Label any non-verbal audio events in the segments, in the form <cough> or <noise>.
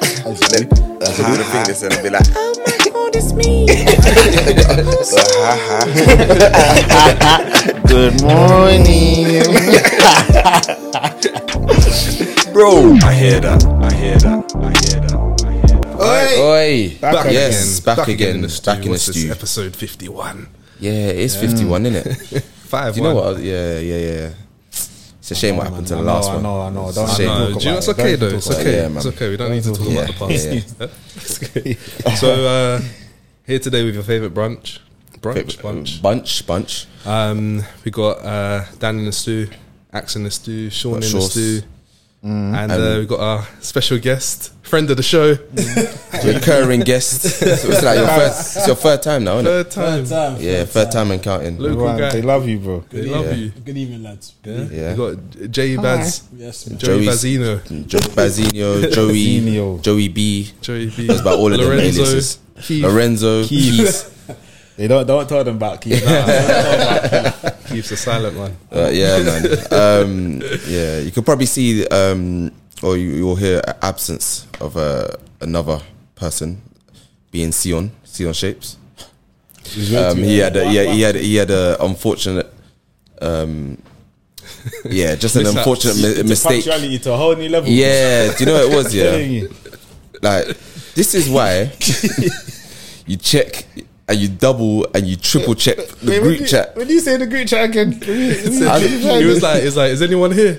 that uh, ha, do the ha. fingers and be like, Oh my god, it's me. So, ha, ha. Good morning. bro, I hear that, I hear that, I hear that, I hear that. Oi. Back yes, again. back, again. Back in the What's this? stew. Episode 51. Yeah, it's 51, isn't it? 5 Do you know what? I was- Yeah, yeah, yeah. It's a shame what happened to the last I one. know, I know. a Oh, Don't shame. talk No, about do you know, it. it's okay, Don't though. talk it's about okay. it. Yeah, man. it's okay. We don't need to talk about the Yeah, past. yeah, yeah. It's okay. <laughs> so, uh, here today with your favorite brunch. Brunch? um, Brunch. bunch, bunch. Um, we got uh, Dan in the stew, Axe in the stew, Sean in Got the Shaws. stew. And uh, we got our special guest, friend of the show, Recurring guest. So it's like your third, it's your third time now, isn't it? third time. time. Yeah, third time and counting. Local Everyone, they guy. love you, bro. They love Yeah. you. Good evening, lads. Yeah. We got Jay Baz, Yes, man. Joey Joey's- Bazino, Joe Bazinio, Joey, Bazinio. Joey B. Joey B. That's about all of them aliases. Lorenzo, Keith. Lorenzo, Keith. They don't don't tell them about Keith. Keith's a silent <laughs> one. Uh, <laughs> yeah, man. Um, yeah, you could probably see um, or you, you'll hear a absence of uh, another person being Sion, Sion Shapes. Um, he had, a, he had, he had, he had a unfortunate, um, yeah, just an <laughs> Mishap. unfortunate mi- mistake. Punctuality to a whole new level. Yeah, do you know what it was? Yeah, <laughs> Telling <laughs> you. like this is <laughs> why you check and you double and you triple check the Wait, group when, chat. Do, when do you say the group chat again? When you- when you- He was like, "Is like, is anyone here?"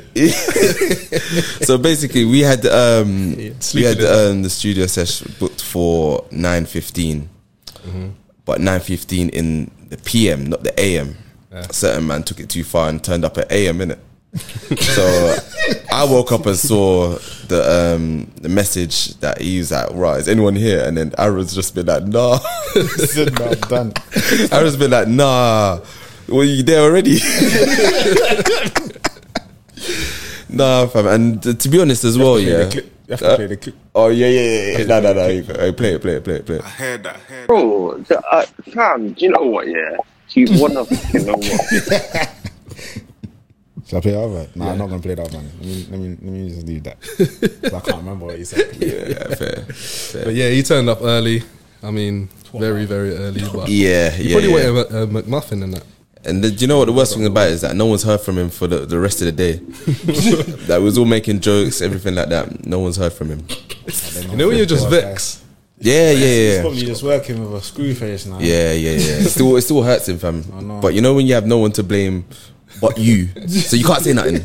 so basically, we had um, we had sleeping in. um, the studio session booked for nine but nine fifteen in the PM, not the AM. A certain man took it too far and turned up at AM in it. <laughs> so I woke up and saw the um, the message that he was like, "Right, is anyone here?" And then Aaron's just been like, "Nah." <laughs> Said, "No, I'm done. Aaron's been like, "Nah." Were you there <laughs> already? nah, fam. And uh, to be honest, as well, Play yeah. the clip. You have to play the clip. Oh yeah, yeah, yeah. yeah. No, no, no. you go. Hey, Play it, play it, play it, play it. I hear that, I hear that. Bro, the- uh, fam, do you know what? Yeah, you wanna fucking know what? Shall I play that other? Nah, I'm not gonna play that one. Let me, let me, let me just leave <laughs> that. 'Cause I can't remember what you said. Yeah, yeah, fair. But yeah, he turned up early. I mean, very, very early. But Yeah, he yeah. probably yeah. wanted a, a uh, McMuffin and that. And the, do you know what the worst thing about it is that no one's heard from him for the, the rest of the <laughs> day. that was all making jokes, everything like that. No one's heard from him. You know, when you're just vexed. Yeah, yeah, He's yeah. probably just working with a screw face now. Yeah, yeah, yeah. It still, it still hurts him, fam. know. But you know when you have no one to blame but you, so you can't say nothing.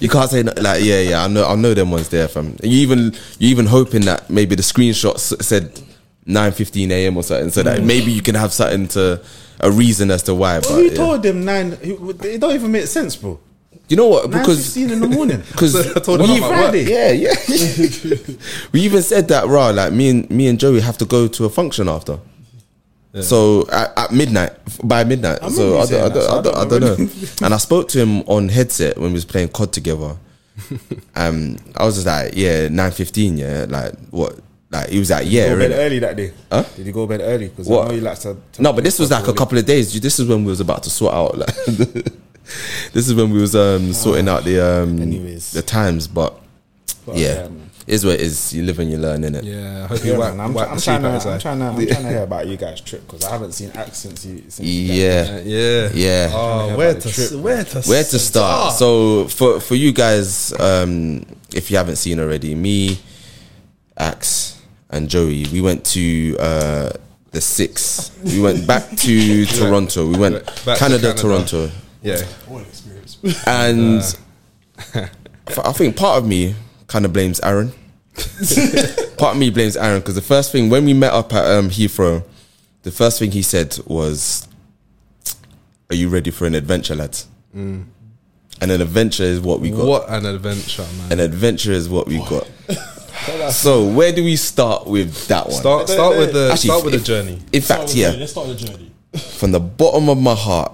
You can't say nothing. like, yeah, yeah. I know, I know them ones there, fam. And you even, you even hoping that maybe the screenshots said nine fifteen a.m. or something, so that maybe you can have something to a reason as to why. But Who yeah. told them nine? who- It don't even make sense, bro. You know what? Nine Because fifteen in the <laughs> morning. because <laughs> So <laughs> I told him I'm at work. yeah, yeah. <laughs> we even said that, right? Like me and me and Joey have to go to a function after. So at, at midnight, f- by midnight. remember so you I saying don't, I, that, don't, so I, don't, I don't know. and I spoke to him on headset when we was playing COD <laughs> together. Um, I was just like, yeah, nine fifteen, yeah, like what? Like he was like, yeah, Go to bed really. early that day. Huh? Did you go to bed early? Because I What? know you like to. to No, but this was like a couple of days. This is when we was about to sort out. Like, <laughs> this is when we was um, sorting out the um, Anyways. the times. But, yeah, yeah, man. is what it is. You live and you learn, innit? Yeah, I hope Yeah, you wipe, man, I'm, wipe I'm the sleep trying to, out I'm his eye. trying to, I'm trying <laughs> to hear about you guys' trip because I haven't seen Axe since you. Since you guys- Yeah. Uh, Yeah, Yeah. Oh, where to s- where to Where to start? start? So for for you guys, um, if you haven't seen already, me, Axe, and Joey, we went to uh, the six. We went back to Toronto. We went Back to Canada, Canada. Toronto, Yeah, and Uh, f- <laughs> I think part of me kind of blames <laughs> Aaron. part of me blames Aaron because the first thing when we met up at um, Heathrow, the first thing he said was, "Are you ready for an adventure, lads?" And an adventure is what we got. Mm. what an adventure, man! An adventure is what we <laughs> got. so where do we start with that one? Start, start with the Actually, start with the if- journey. In fact, yeah, Let's start the journey. from the bottom of my heart,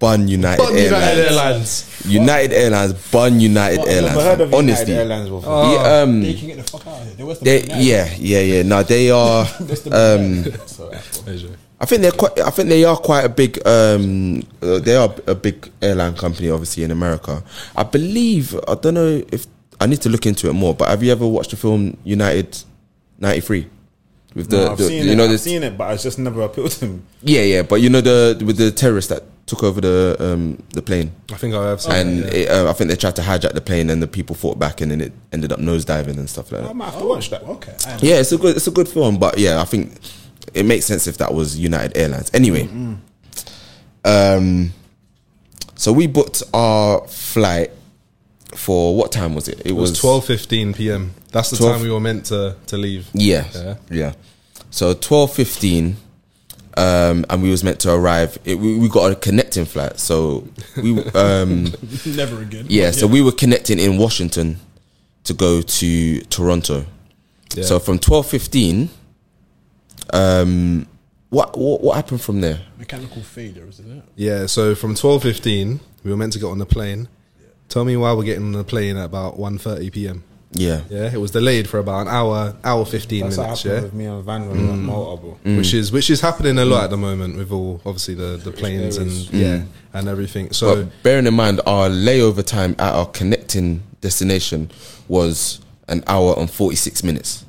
Bun United Airlines. United Airlines, <laughs> Bun United I've Airlines. never heard of honestly, United Airlines Oh. before. Yeah, um, They can get the fuck out of here. They're worse than they, Vietnam. yeah, yeah, yeah. No, they are. That's the um, Asia. I think they're quite. I think they are quite a big. Um, uh, they are a big airline company, obviously in America. I believe. I don't know if I need to look into it more. But have you ever watched the film United 93. With the, No, I've the- seen you it. know I've the seen it, but I just never appealed to him. yeah yeah, but you know the with the terrorists that took over the um the plane I think I Oh, have seen and it, yeah. it, uh, I think they tried to hijack the plane and the people fought back and then it ended up nosediving and stuff like I that. might have to watch that. Oh, Okay. Yeah, it's a good it's a good film, but yeah, I think it makes sense if that was United Airlines. Anyway, um, so we booked our flight for what time was it? It was twelve fifteen p.m. That's the 12 time we were meant to to leave. Yeah, Yeah. yeah. So twelve fifteen, um, and we was meant to arrive. It, we, we got a connecting flight, so we um, <laughs> Never again. yeah, so we were connecting in Washington to go to Toronto. Yeah. So from twelve fifteen, um, what, what what happened from there? Mechanical failure, isn't it? Yeah, so from twelve fifteen, we were meant to get on the plane. Tell me why we're getting on the plane at about 1.30 p.m. Yeah, Yeah, it was delayed for about an hour, hour fifteen That's what minutes. happened Mm. Yeah, with me and Van when we were on Malta, bro. which is which is happening a lot at the moment with all obviously the the planes and yeah and everything. So but bearing in mind our layover time at our connecting destination was an hour and forty six minutes.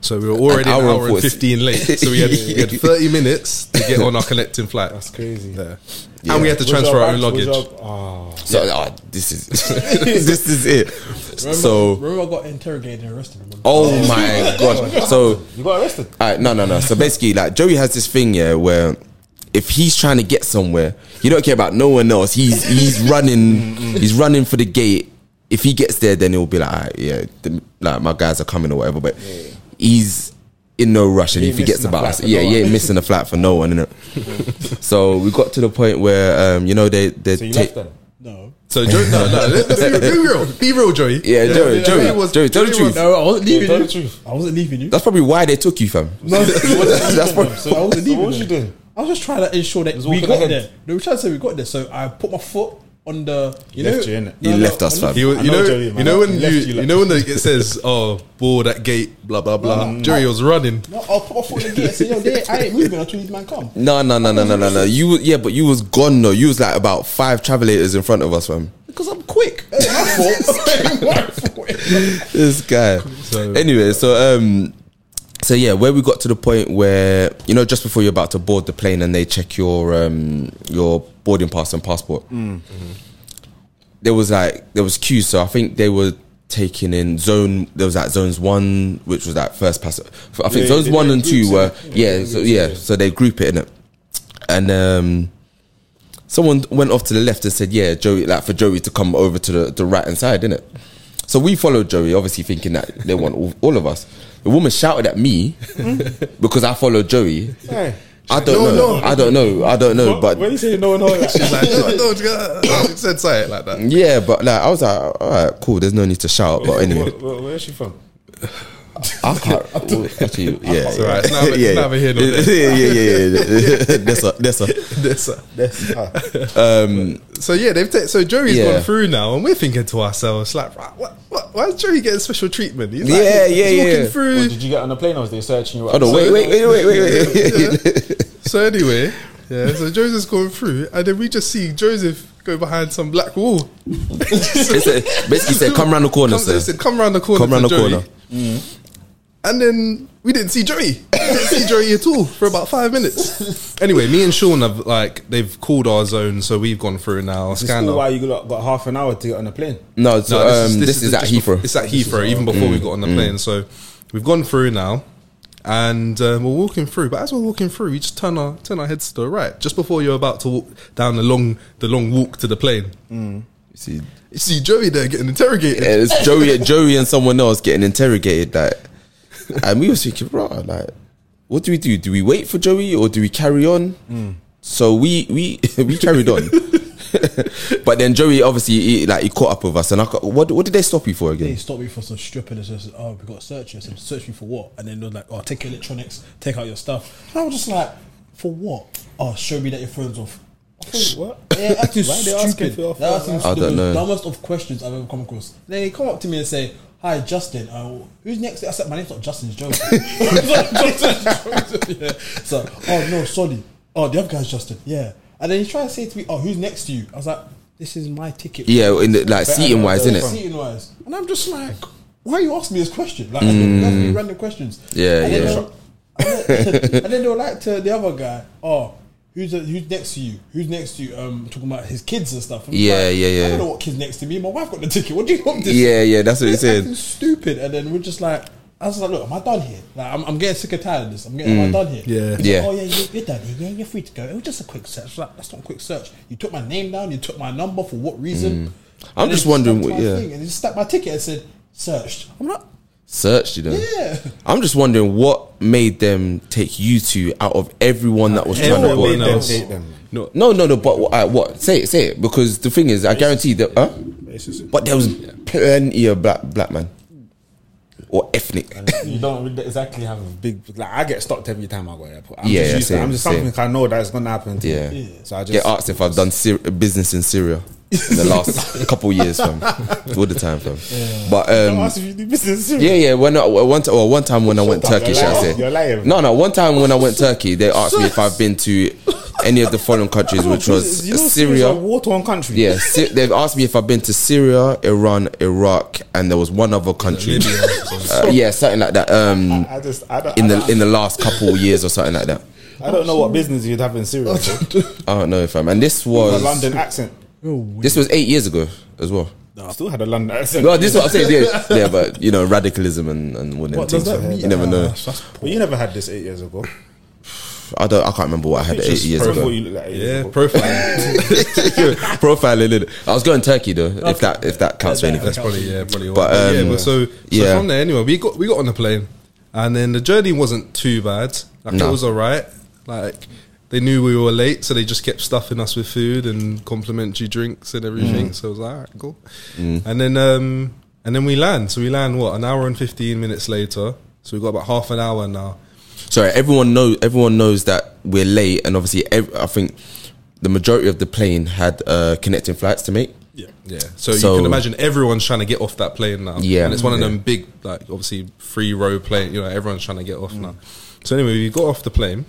so we were already an hour, hour and and, 40. fifteen late. So we had, we <laughs> had thirty minutes to get on our collecting flight, That's crazy. there. and we had to Was transfer your our own bag- was luggage. your- ah. So ah, this is <laughs> this is it. Remember, so remember I got interrogated and arrested. Remember? Oh my god! So, you got arrested. all right, no, no, no. So basically, like Joey has this thing, yeah, where if he's trying to get somewhere, you don't care about no one else. He's <laughs> he's Mm, running, he's running for the gate. If he gets there, then he'll be like, all right, yeah, the, like my guys are coming or whatever. But he's in no rush, and He he ain't forgets missing a about flight us. for Yeah, no he ain't one. missing a flat for no one, <laughs> innit? so we got to the point where, um, you know, they they So you take- left them. No. So Joe, no, no, let- let's be, be real, be real, Joey. Yeah, Joey, Joey, Joey, tell the was- truth. No, I wasn't leaving Tell you. the truth. I wasn't leaving you. That's probably why they took you, fam. <laughs> No, That's that's probably- So I wasn't So leaving what was them. you doing? I was just trying to ensure that we walking got ahead. there. They were trying to say we got there, so I put my foot on the. You Left know, you, innit? He No, no, left us, on fam. He, was- I you know know, Joey, you man. know when He you, left you you like- know when the, it <laughs> says, "Oh, board at gate," blah blah blah. Mm. Joey was running. the- No, I'll put my foot in the gate and <laughs> say, yo, they, I ain't moving until these man come. No, no, no, no, no, no, no. You was- yeah, but you was gone though. You was like about five travelators in front of us, fam. Because I'm quick. It's my fault. My fault. This guy. So- anyway, so um, so yeah, where we got to the point where you know just before you're about to board the plane and they check your um your boarding pass and passport, there was like there was queues. So I think they were taking in zone. There was like zones one, which was like first pass. I think Yeah, zones they one do and two groups, were innit? yeah, so yeah, so they group it in it, and um. someone went off to the left and said, "Yeah, Joey, like for Joey to come over to the, the right hand side, didn't it?" So we followed Joey, obviously thinking that they want all, all of us. The woman shouted at me <laughs> because I followed Joey. Hey. I don't No, know. no. I don't know. I don't know. But when you say no, no, like, She's like, "No, no, she said something like that." yeah, but like I was like, all right, cool. There's no need to shout. But anyway, where, where, where's she from? I <laughs> can't. Actually, yeah, all right. It's yeah, neither- <laughs> it's yeah, neither here yeah, nor there. yeah, yeah, yeah. <laughs> That's a, that's a. This, uh, Ah, So yeah, they've ta- so Joey's Um, Yeah. gone through now, and we're thinking to ourselves like, right, what, what, why is Joey getting special treatment? He's like, Yeah, yeah, he's yeah. Walking through. Well, did you get on the plane or was they searching you? Oh no! Wait, wait, wait, wait, wait, wait. <laughs> So anyway, yeah. So Joseph's going through, and then we just see Joseph go behind some black wall. <laughs> It's a, basically, said, "Come round the corner, Comes- they sir." said, "Come round the corner." Come round to the Joey. Mm. corner. And then we didn't see Joey. We <laughs> didn't see Joey at all for about five minutes. Anyway, me and Sean have like they've called our zone, so we've gone through now. This is Scandal. why you got, got half an hour to get on the plane. No, so, No, um, this, is, at just bef- Heathrow. It's at Heathrow, even before we got on the Mm. plane. So we've gone through now, and um, we're walking through. But as we're walking through, we just turn our turn our heads to the right, just before you're about to walk down the long the long walk to the plane. See, You see Joey there getting interrogated. Mm. Yeah, it's Joey, Joey, and someone else getting interrogated. Like, and we were thinking, bro, like, what do we do? Do we wait for Joey or do we carry on? So we we <laughs> we carried on, but then Joey obviously he, like he caught up with us, and I ca- what what did they stop you for They again? stopped me for some stripping and said, "Oh, we got to search you." I said, "Search me for what?" And then they're like, "Oh, take your electronics, take out your stuff." And I was just like, "For what?" Oh, show me that your phone's off. <laughs> What? Yeah, acting Why are they asking stupid. for your They're asking phone? I the don't know. most dumbest of questions I've ever come across. They come up to me and say, "Hi, Justin. Uh, who's next?" I said, "My name's not Justin. <laughs> It's Joseph." yeah. So, oh no, sorry. Oh, the other guy's Justin. Yeah. And then he tried to say to me, "Oh, who's next to you?" I was like, "This is my ticket." Yeah, in the, like seating wise, isn't than it? from- Seating wise, and I'm just like, why are you asking me this question? Like, mm. asking me random questions. Yeah, and yeah. Then they'll- and then they'll like to the other guy. Oh, who's who's next to you? Who's next to you? Um, talking about his kids and stuff. I'm just Yeah, like, yeah, yeah. I don't know what kids next to me. My wife got the ticket. What do you want? This Yeah, yeah, that's what You're it said. <laughs> acting Stupid. And then we're just like. I was like, look, am I done here? Like, I'm, I'm getting sick and tired of this. I'm getting, am I done here? Yeah. He's like, Mm. Yeah. oh yeah, you're, you're done here. Yeah, you're free to go. It was just a quick search. Like, that's not a quick search. You took my name down. You took my number for what reason? Mm. I'm And just they wondering stamped what- my yeah. thing, and they just stamped my ticket and said searched. I'm not. Searched you know. <laughs> Yeah. I'm just wondering what made them take you two out of everyone that was trying to everyone board. made them Hate them. No, No, no, no. But what? Uh, what? Say it, say it. Because the thing is, I guarantee that. Huh? But there was plenty of black black man or ethnic. You don't really exactly have a big like. I get stopped every time I go to the airport. I'm Yeah, just used to it. same, I'm just same. something I know that's gonna happen. To Yeah. me. Yeah. So I <laughs> just Get asked if I've done Syri- business in Syria in the <laughs> last couple years, fam. All the time, fam. But Don't um, ask if you do business. yeah, yeah. When I, one, ti- well, one time when I went up, Turkey, you're should I lying. say? You're lying. No, no. One time when I <laughs> went Turkey, they asked me if I've been to any of the foreign countries, which was You know, Syria's a Syria. war-torn country. Yeah, Sy- they've asked me if I've been to Syria, Iran, Iraq, and there was one other country. Uh, yeah, something like that. Um, <laughs> I just I don't in I the don't, in the last couple of years or something like that. I don't know what business you'd have in <laughs> Syria. bro. I don't know if I'm. And this a was London accent. this was eight years ago as well. Still had a London accent. Well, this is what I'm saying. Yeah, <laughs> yeah but you know, radicalism and and what, them What does things. that mean? You never know. But you never had this eight years ago. I don't. I can't remember what I had eight Just years profile ago. <laughs> you look like eight years yeah, ago. profile. <laughs> Profiling. innit? I was going Turkey though. If that if that counts for anything. That's probably yeah, probably. But, But, yeah, um, but so, so yeah. from there anyway, we got we got on the plane, and then the journey wasn't too bad. Like No. it was alright. Like they knew we were late, so they just kept stuffing us with food and complimentary drinks and Mm. everything. So it was like, alright, cool. And then um and then we land. So we land what an hour and fifteen minutes later. So we got about half an hour now. Sorry, everyone knows. Everyone knows that we're late, and obviously, ev I think the majority of the plane had uh, connecting flights to make. Yeah, so, So- you can imagine everyone's trying to get off that plane now. Yeah. and it's one of Yeah. them big, like obviously three row plane. You know, everyone's trying to get off now. So anyway, we got off the plane,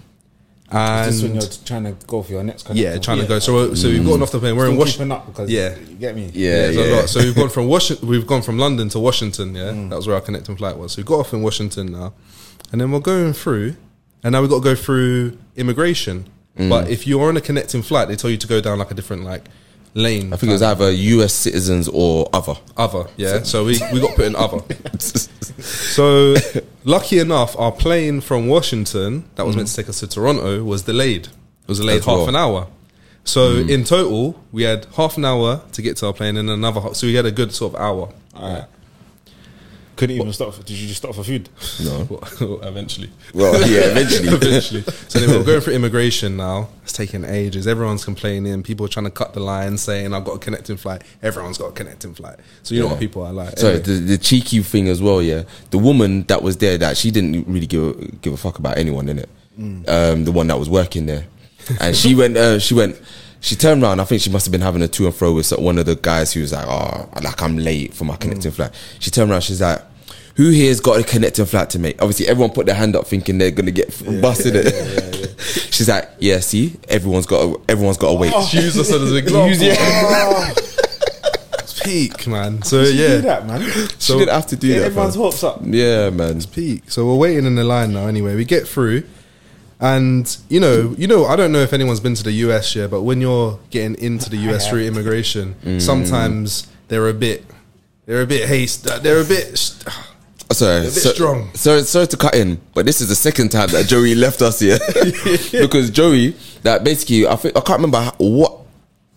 and Just when you're trying to go for your next country. yeah, trying to go. So we're- so we've gotten off the plane. We're in Still Washington. keeping up because yeah, you get me. Yeah, it's a lot. So we've gone from Washington, we've gone from London to Washington. Yeah, Mm. that was where our connecting flight was. So we got off in Washington now, and then we're going through, and now we've got to go through immigration. Mm. But if you're on a connecting flight, they tell you to go down like a different like lane. I think it was either U.S. citizens or other. Other, <laughs> yeah. So we, we got put in other. so lucky enough, our plane from Washington that was meant to take us to Toronto was delayed. It was delayed As half well. Hmm. an hour. So in total, we had half an hour to get to our plane, and another. ho- So we had a good sort of hour. Couldn't even stop. Did you just stop for food? <laughs> eventually. Well, <laughs> yeah, eventually. eventually. So anyway, we're going for immigration now. It's taking ages. Everyone's complaining. People are trying to cut the line, saying, "I've got a connecting flight." Everyone's got a connecting flight. So you know what people are like. Sorry, Anyway. the, the cheeky thing as well. Yeah, the woman that was there, that she didn't really give a, give a fuck about anyone in it. Mm. Um, the one that was working there, and she went. Uh, she went. She turned around. I think she must have been having a to and fro with so- one of the guys who was like, "Oh, like I'm late for my Mm. connecting flight." She turned around. She's like. Who here's got a connecting flight to make? Obviously, everyone put their hand up, thinking they're gonna get f <laughs> busted. it. She's like, "Yeah, see, everyone's got, to, everyone's got to wait." Use us <laughs> as an example. It's peak, man. So Do yeah, that, man. she didn't have to do Get that. everyone's fam. hopes up. Yeah, man. peak. So we're waiting in the line now. Anyway, we get through, and you know, you know, I don't know if anyone's been to the US yet, but when you're getting into the US through immigration, Mm. sometimes they're a bit, they're a bit haste, they're a bit. Oh, Sorry, bit so, strong. Sorry, sorry to cut in, but this is the second time that Joey <laughs> left us <laughs> here because Joey, that basically, I think I can't remember how, what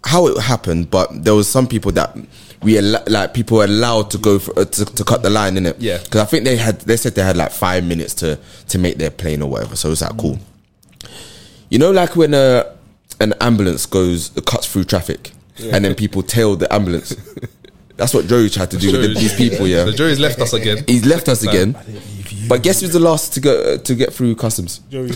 how it happened, but there was some people that we al- like people were allowed to go for, uh, to, to cut the line in it. Yeah. because I think they had they said they had like five minutes to to make their plane or whatever. So it's like cool. You know, like when uh, an ambulance goes uh, cuts through traffic, and then people tail the <laughs> ambulance. That's what Joey tried to do with the, these people. Yeah, So <laughs> Joey's left us again. He's left us again. But guess who's the last to go uh, to get through customs? Joey.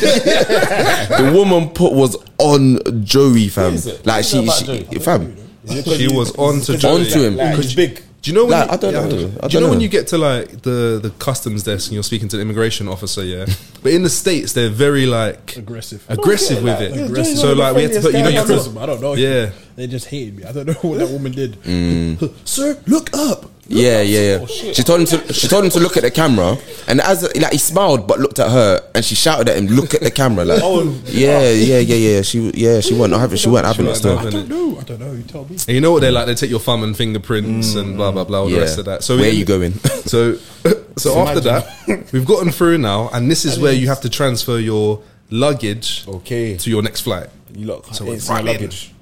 <laughs> the woman put was on Joey, fam. <laughs> Like she, she fam. She was on to Joey. On to him. Like, he's big. Do you know when Like, you, I don't know. Do I you know, don't when know. you get to like the, the customs desk and you're speaking to the immigration officer? Yeah, but in the states they're very like Aggressive. aggressive with like, it. aggressive. So like we had to put you know you I have don't know. to I don't know. Yeah. Mm. They just hated me. I don't know what that woman did. <laughs> Sir, look up. Yeah, yeah, Oh, yeah. she told him to. She told him to look at the camera, and as like he smiled but looked at her, and she shouted at him, "Look at the camera!" Like, Oh, yeah, yeah, yeah, yeah. She, yeah, she won't have it. She won't having it. weren't Still, having don't it. know. I don't know. You tell me. And you know what they like? They take your thumb and fingerprints and blah blah blah, all the yeah. rest of that. So where we- you going? <laughs> So, <coughs> so after that, we've gotten through now, and this is where you have to transfer your luggage Okay. to your next flight. You look. So it's we're my running. luggage.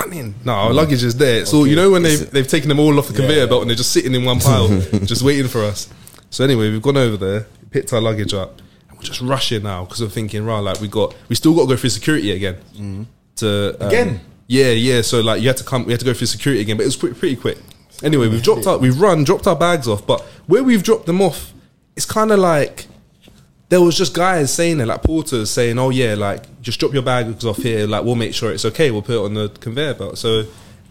Running. No, our luggage is there. So you know when they've they've taken them all off the conveyor belt and they're just sitting in one pile, just waiting for us. So anyway, we've gone over there, picked our luggage up, and we're just rushing now because I'm thinking, right, like we got we still got to go through security again. To um, Again? yeah, yeah. So like you had to come, we had to go through security again, but it was pretty pretty quick. Anyway, we've dropped our we've run, dropped our bags off, but where we've dropped them off, it's kind of like there was just guys saying it, like porters saying, "Oh yeah, like just drop your bags off here. Like we'll make sure it's okay. We'll put it on the conveyor belt." So,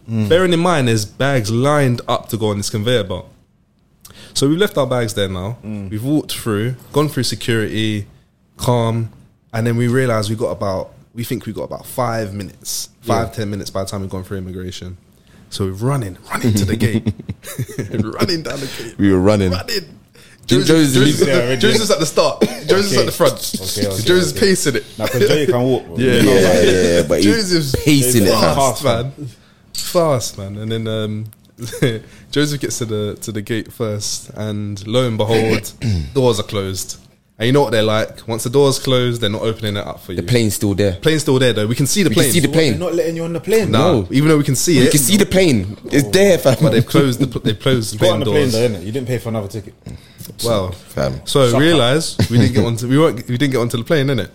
bearing in mind, there's bags lined up to go on this conveyor belt. So we've left our bags there now. We've walked through, gone through security, calm, and then we realize we got about we think we got about five minutes, five ten minutes by the time we've gone through immigration. So we're running, running to the gate, <laughs> running down the gate. we were running. running. Joe's- Joe's, Joe's, Yeah, already. Joe's is at <laughs> the start. Joe's is Okay. at the front. Okay, okay, Joe's is okay. pacing it. Now, because Jay can walk. <laughs> bro. Yeah, You Yeah, know, yeah, like, yeah. But he's Joseph's pacing it. Now. fast, fast, man. Fast, man. And then um, <laughs> Joseph gets to the to the gate first, and lo <clears throat> and behold, doors are closed. And you know what they're like. Once the doors closed, they're not opening it up for you. The plane's still there. plane's still there though. We can see the We plane. can see the They're plane. not letting you on the plane. Nah, No. even though we can see We it, can see the plane. It's there, fam. but <laughs> they've closed the pl- they've closed the You got on plane the plane doors. though, innit? You didn't pay for another ticket. Wow. Fam. So realize we didn't get onto we weren't we didn't get onto the plane, innit?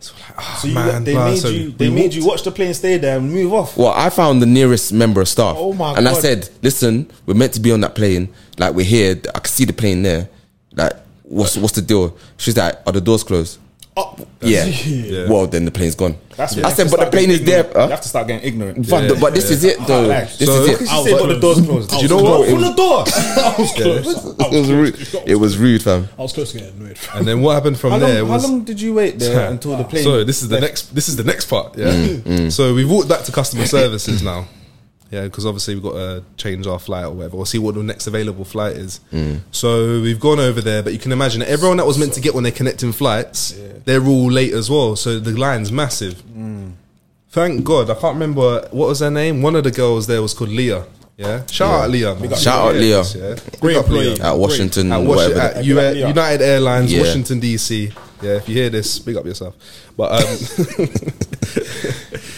So we're like, oh, So you, man, they blah, made so you. They we made you watch the plane stay there and move off. Well, I found the nearest member of staff. Oh my and I God. said, listen, we're meant to be on that plane. Like, we're here. I can see the plane there. Like, what's, what's the deal? She's like, are the doors closed? Up. Yeah. Yeah. Well, then the plane's gone. That's what I you have said, to but the start plane getting is there. ignorant. huh? You have to start getting ignorant. Fam, Yeah, the- but this yeah. is it, though. like, This so- is <laughs> She it. I was said, but the door's closed. you know what? Open the door. I was closed. <laughs> It was rude. It was rude, fam. I was close to getting annoyed. And then what happened from How there long, how was long did you wait there until the plane? Ah. So this is the next. This is the next part. Yeah. Mm, So we've walked back to customer services now. Yeah, because obviously we've got to change our flight or whatever, or see what the next available flight is. Mm. So we've gone over there, but you can imagine everyone that was meant to get on their connecting flights, they're all late as well. So the line's massive. Mm. Thank God, I can't remember what was her name. One of the girls there was called Leah. Yeah, shout out Leah. man. Shout out Leah. Yeah, great employee At Washington, at, Washi- whatever. at U- Yeah. United Airlines, Yeah. Washington DC. Yeah, if you hear this, big up yourself. But <laughs> um,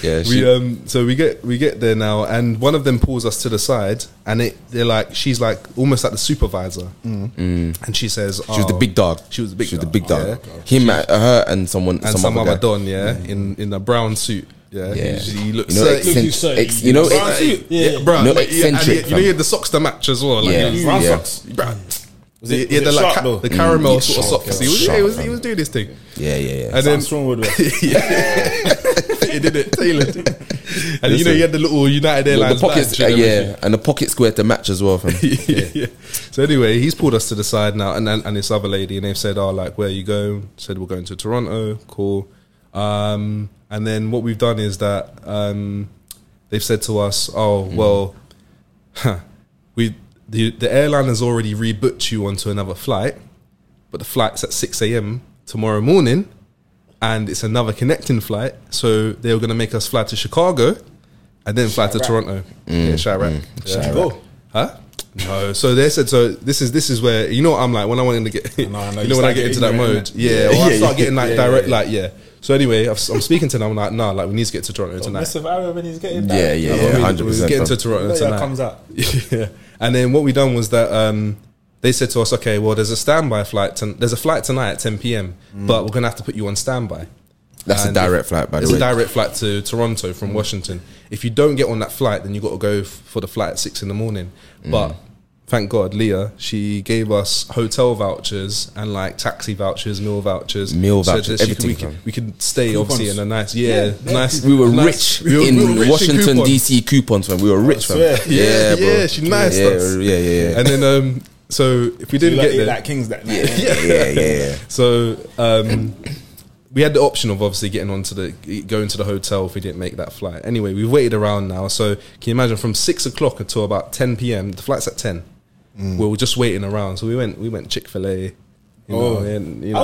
yeah, she, <laughs> we um, so we get we get there now, and one of them pulls us to the side, and it they're like she's like almost like the supervisor, Mm. and she says Mm. "Oh." she was the big dog. She was the big She was the dog. big Yeah. dog. Him, uh, her, and someone, and some, some other other guy. Mm. don, yeah, in in a brown suit, yeah, Yeah. He, he looks You know, sexy. Look, you eccentric. say- ex- you know, Brown ex- suit, yeah, yeah. bro. No, Like, yeah, and he- eccentric, you know, he fam. had the socks to match as well. Like, Yeah. he- Brown Yeah. socks. Bruh. it- He was had it the, like, sharp ca- though? the caramel yeah, sort of Mm. sharp, socks. yeah. He, was, yeah, Sharp, he, was, he man. was doing this thing. yeah, yeah, yeah. And then What's wrong with her? <laughs> it did it, tailored. And you know, Listen. you had the little United the Airlines pockets, badge uh, and yeah, and the pocket square to match as well, fam. <laughs> everything. <laughs> yeah. So anyway, he's pulled us to the side now, and and, and this other lady, and they've said, "Oh, like where are you going?" Said we're going to Toronto. Cool. Um, and then what we've done is that um, they've said to us, "Oh, well, we the the airline has already rebooked you onto another flight, but the flight's at six a.m. tomorrow morning." And it's another connecting flight, so they were going to make us fly to Chicago, and then fly to Toronto. Yeah, Chirac. Yeah. Go. Huh? No. So they said so. This is this is where you know what I'm like when I want to get know, I <laughs> know. you You know when I start get into getting that ignorant, mode. innit? Yeah. Yeah, Or I yeah, start yeah. getting like Yeah, direct yeah. like yeah. So anyway, I've, I'm speaking to them. I'm like, nah, like we need to get to Toronto tonight. Massive Arab and he's getting that. Yeah, yeah, Like, we- yeah, we- hundred we're percent. Getting to fam. Toronto Later tonight comes out. <laughs> yeah. And then what we done was that um, they said to us, okay, well, there's a standby flight. Ton- there's a flight tonight at 10 p.m., Mm. but we're gonna have to put you on standby. That's a And direct flight, by the It's way. a direct flight to Toronto from Washington. If you don't get on that flight, then you got to go f- for the flight at six in the morning. Mm. But thank God, Leah, she gave us hotel vouchers and like taxi vouchers, meal vouchers, Meal so that vouchers, she could- we, everything, could, fam. we could stay obviously in a nice, yeah, nice. we were nice- rich we were- in we were rich Washington coupons. DC coupons when we were rich. Fam. swear. Yeah, bro. yeah, she nice Yeah, us. yeah, yeah, yeah. And then, um, so if we You didn't get like, there, ate <laughs> like kings that night. <laughs> yeah, yeah, yeah. so um, we had the option of obviously getting onto the going to the hotel if we didn't make that flight. Anyway, we've waited around now. So can you imagine from six o'clock until about ten p.m. The flight's at ten. We were just waiting around, so we went we went Chick Fil A. Oh. How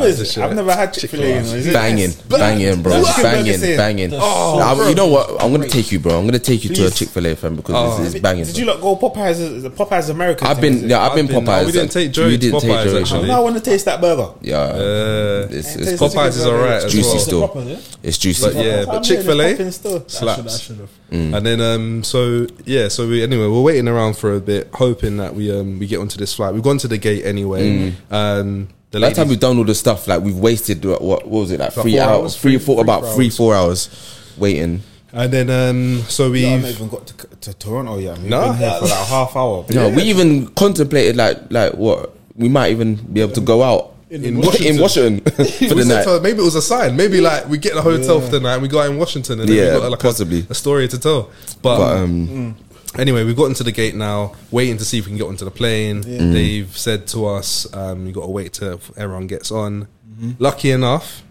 is it? I've never had Chick Fil A. Banging, banging, bro, That's chicken banging, burgers in. banging. Oh, Nah, bro. you know what? I'm gonna take you, bro. I'm gonna take you to a Please. Chick Fil A, fam, because Ah. it's, it's banging. Did fam. you lot go Popeyes? Is it Popeyes American? I've thing, been, is it? yeah, I've been I've been- Popeyes. we didn't take We Joey's didn't take Popeyes, Joey's, actually. Now I want to taste that burger. Yeah, it's, It it's, tastes Popeyes. like Popeyes is alright It's as juicy well. still. proper, yeah? It's juicy. But yeah, I'm but Chick Fil really popping A still. That I should, I slaps. should have. And then um, so yeah, so we anyway we're waiting around for a bit, hoping that we um we get onto this flight. We've gone to the gate anyway. Um, the By the time lady- we've done all the stuff, like we've wasted what, what was it like About three four hours, hours, three three- four three, about four three hours. four hours waiting. and then um, so we Yeah, I've have not even got to, to Toronto yet. We've No. been here for like a half hour. No, we even contemplated like like what we might even be able to go out in, Washington, in Washington <laughs> for the We said night. to her, maybe it was a sign. Maybe like we get the hotel for the night and we go out in Washington and Yeah, then we got like a- possibly. a, story to tell. But, But um, um, anyway, we've gotten to the gate now, waiting to see if we can get onto the plane. Mm. Mm. They've said to us, um, you got to wait till everyone gets on. Mm-hmm. Lucky enough,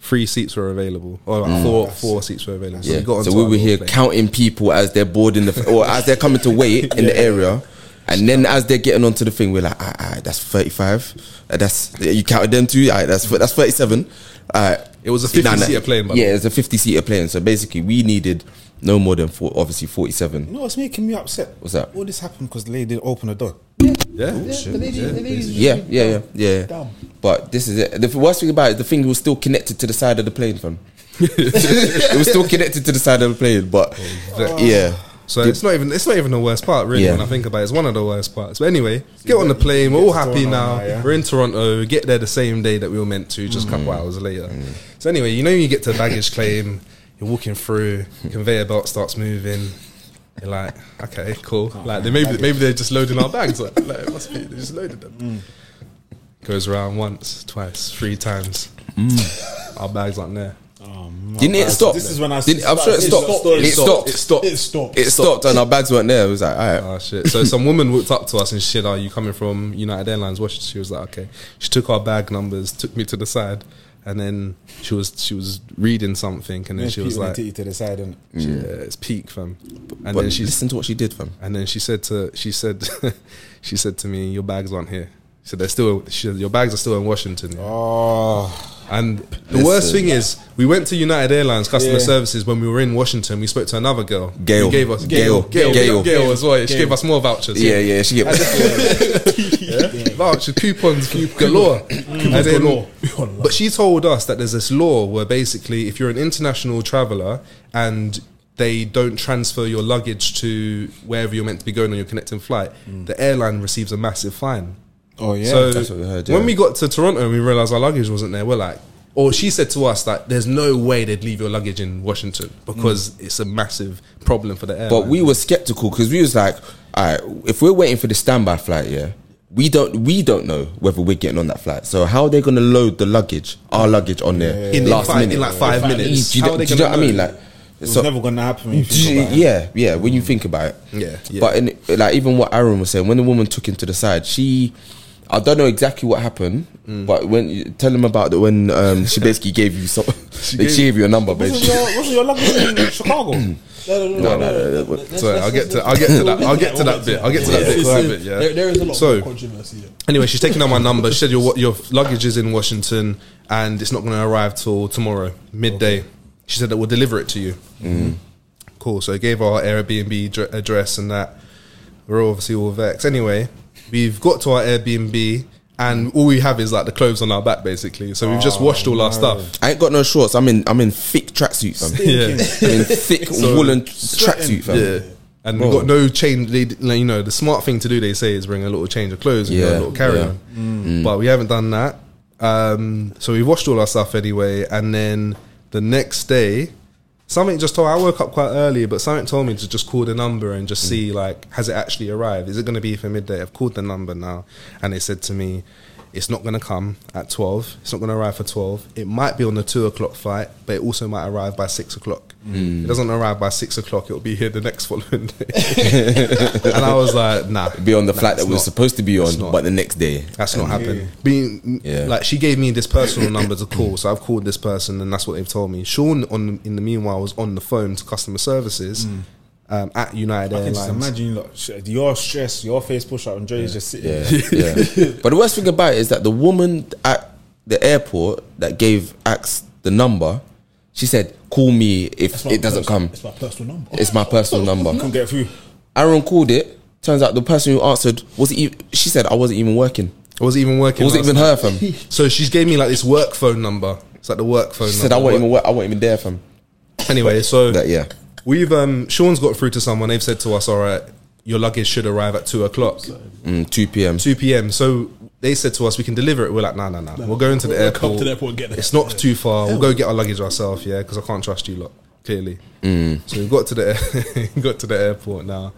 three seats were available, or like four four seats were available. Mm. yeah, got so onto we our were little here plane. counting people as they're boarding the or as they're coming to wait in the area. And then as they're getting onto the thing, we're like, all right, all right that's 35. Uh, That's You counted them too? All right, that's, that's 37. All right. It was a 50-seater plane, by the Yeah, way. it was a 50-seater plane. So basically, we needed no more than, four, obviously, 47. You know what's making me upset? What's that? All this happened because the lady didn't open the door. Yeah. Yeah, yeah, yeah, yeah. But this is it. The worst thing about it, the thing was still connected to the side of the plane, <laughs> fam. <laughs> it was still connected to the side of the plane, but yeah. So it's not even it's not even the worst part really Yeah. when I think about it. It's one of the worst parts. But anyway, get on the plane. We're all happy Toronto now. now, yeah. We're in Toronto. We Get there the same day that we were meant to, just a couple hours later. So anyway, you know you get to baggage claim. You're walking through. Conveyor belt starts moving. You're like, okay, cool. Like they maybe maybe they're just loading our bags. Like, like, it must be they just loaded them. Goes around once, twice, three times. Our bags aren't there. Didn't it stop? Oh, This is when I Didn't, I'm started- sure it it stopped. stopped. It It stopped. It stopped. stopped. It stopped. It stopped, and our bags weren't there. It was like, all right. Oh shit! So some woman walked up to us and she said, "Are you coming from United Airlines?" What she was like, "Okay." She took our bag numbers, took me to the side, and then she was she was reading something, and then she was like, take you to the side and "Yeah, it's peak, fam." And Mm. But then she listen to what she did, fam. and then she said to she said <laughs> she said to me, "Your bags aren't here." She said, "They're still she said, your bags are still in Washington." yeah." oh, And the worst thing is, we went to United Airlines customer services when we were in Washington. We spoke to another girl. Gail. Who gave us Gail. Gail, Gail. Gail, as well. She gave us more vouchers. Yeah, yeah. She get. vouchers, coupons galore. And then- galore. Wallah. But she told us that there's this law where basically, if you're an international traveler and they don't transfer your luggage to wherever you're meant to be going on your connecting flight, the airline receives a massive fine. oh yeah. so that's what we heard, Mm. yeah. when we got to Toronto and we realized our luggage wasn't there, we're like, or she said to us that there's no way they'd leave your luggage in Washington because it's a massive problem for the airline. Mm. But we were skeptical because we was like, all right, if we're waiting for the standby flight, yeah, we don't we don't know whether we're getting on that flight. So how are they going to load the luggage, our luggage, on there in, in last five, minute in like five minutes. Do you, How are know- they do you know gonna what I mean? know? Like, it's so never gonna happen. If you Do think you- about it. yeah, yeah. When you think about it, Yeah, yeah. But in, like even what Aaron was saying, when the woman took him to the side, she, I don't know exactly what happened, Mm. but when you- tell him about the when um, <laughs> she basically gave you some, <laughs> she, gave, gave- you a number, Wasn't basically. your, wasn't your luggage in <coughs> Chicago? No, no, no, no, no. Sorry, I'll get to I'll get to that I'll get to that bit I'll get to that bit. It's- Sorry, it's- bit yeah. There, there is a lot So- of controversy. Yeah. Anyway, she's taking down my number. She said your your luggage is in Washington and it's not going to arrive till tomorrow midday. She said that we'll deliver it to you. Mm. Cool. So I gave our Airbnb dr- address and that. We're obviously all vexed. Anyway, we've got to our Airbnb and all we have is like the clothes on our back basically. So we've just washed all our stuff. I ain't got Oh, no shorts. I'm in I'm in thick tracksuits. fam. Yeah. I'm in <laughs> thick woolen tracksuit, fam. Yeah. And we Bro. got no change. They, like, you know, the smart thing to do, they say, is bring a little change of clothes and Yeah, a little carry on. But we haven't done that. Um, so we washed all our stuff anyway. And then the next day, something just told I woke up quite early, but something told me to just call the number and just see, like, has it actually arrived? Is it going to be for midday? I've called the number now. And they said to me, it's not going to come at 12. It's not going to arrive for 12. It might be on the two o'clock flight, but it also might arrive by six o'clock. If It doesn't arrive by six o'clock. It'll be here the next <laughs> following day. <laughs> and I was like, nah. Be on the flight it's that we were not. supposed to be on, not. but the next day. That's not happening. Being Yeah. like she gave me this personal number to call, so I've called Mm. this person, and that's what they've told me. Sean, on in the meanwhile, was on the phone to customer services, um, at United I can Airlines. just imagine like, sh- your stress, your face push up, and Joey's just sitting. Yeah, yeah. <laughs> But the worst thing about it is that the woman at the airport that gave Axe the number, she said, "Call me It's if my it doesn't personal- come. It's my personal number. It's my personal Couldn't number." get through. Aaron called it. Turns out the person who answered was even, she said I wasn't even working. I wasn't even It working. wasn't last even her, fam. She night. So she's gave me like this work phone number. It's like the work phone. said I number. wasn't even work, I wasn't even there, fam. Anyway, so <laughs> That yeah. We've um Sean's got through to someone. They've said to us, "All right, your luggage should arrive at two o'clock, Mm, Two p.m. two p.m." So they said to us, "We can deliver it." We're like, "No, no, no. We're going to the We'll airport. come to the airport and get it." It's not too far. We'll go get our luggage ourselves, yeah, because I can't trust you lot clearly." So we got to the <laughs> air- got to the airport now,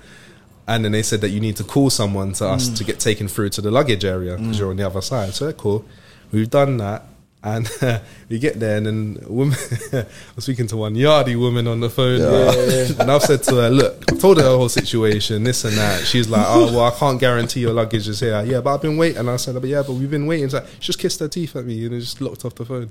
and then they said that you need to call someone to us to get taken through to the luggage area because you're on the other side. So cool, we've done that. And <laughs> we get there, and then a woman. <laughs> I was speaking to one yardy woman on the phone, <laughs> and I've said to her, "Look, I've told her the whole situation, this and that." She's like, "Oh well, I can't guarantee your luggage is here." Yeah, but I've been waiting. And I said, "But yeah, but we've been waiting." She's like, she just kissed her teeth at me and then just locked off the phone.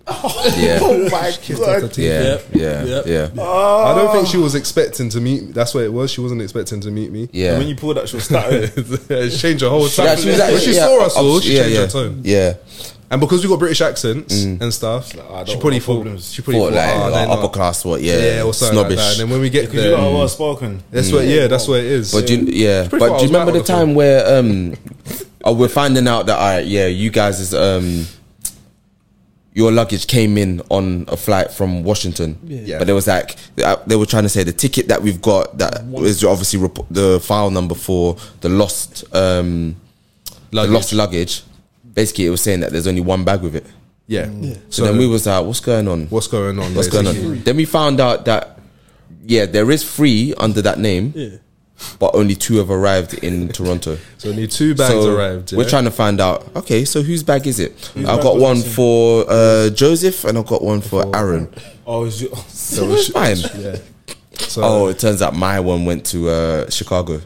Yeah, Oh my Kissed off her god! teeth. yeah, Yep. yeah, Yep. yeah, I don't think she was expecting to meet. me. That's what it was. She wasn't expecting to meet me. yeah. And when you pulled that, she was starting. <laughs> It's changed her whole time. Yeah, she was when actually- she yeah, saw us all, obs- she yeah, changed yeah, her tone. Yeah, Mm. And because we got British accents and stuff, like, I don't she probably want thought problems. she probably thought thought, like, "Ah, like they're upper not- class, what? Yeah, yeah, or something like snobbish. that. And then when we get Because you there, got well spoken. that's what, yeah, that's what it is. But do you, yeah, pretty but far, do you I was right remember the on the phone. time where um, <laughs> uh, we're finding out that I yeah, you guys is um, your luggage came in on a flight from Washington, Yeah. but there was like uh, they were trying to say the ticket that we've got that is obviously rep- the file number for the lost um, Luggage. The lost luggage. Basically, it was saying that there's only one bag with it. yeah. Mm. So, then we was like, what's going on? what's going on? What's going basically? on? Then we found out that yeah, there is three under that name, Yeah. but only two have arrived in Toronto. So only two bags so arrived. Yeah? We're trying to find out. Okay, so whose bag is it? I've bag got was one missing? for uh, Joseph and I've got one for Aaron. Oh, is you, So it's fine. Yeah. So, Oh, it turns out my one went to uh, <laughs> Chicago.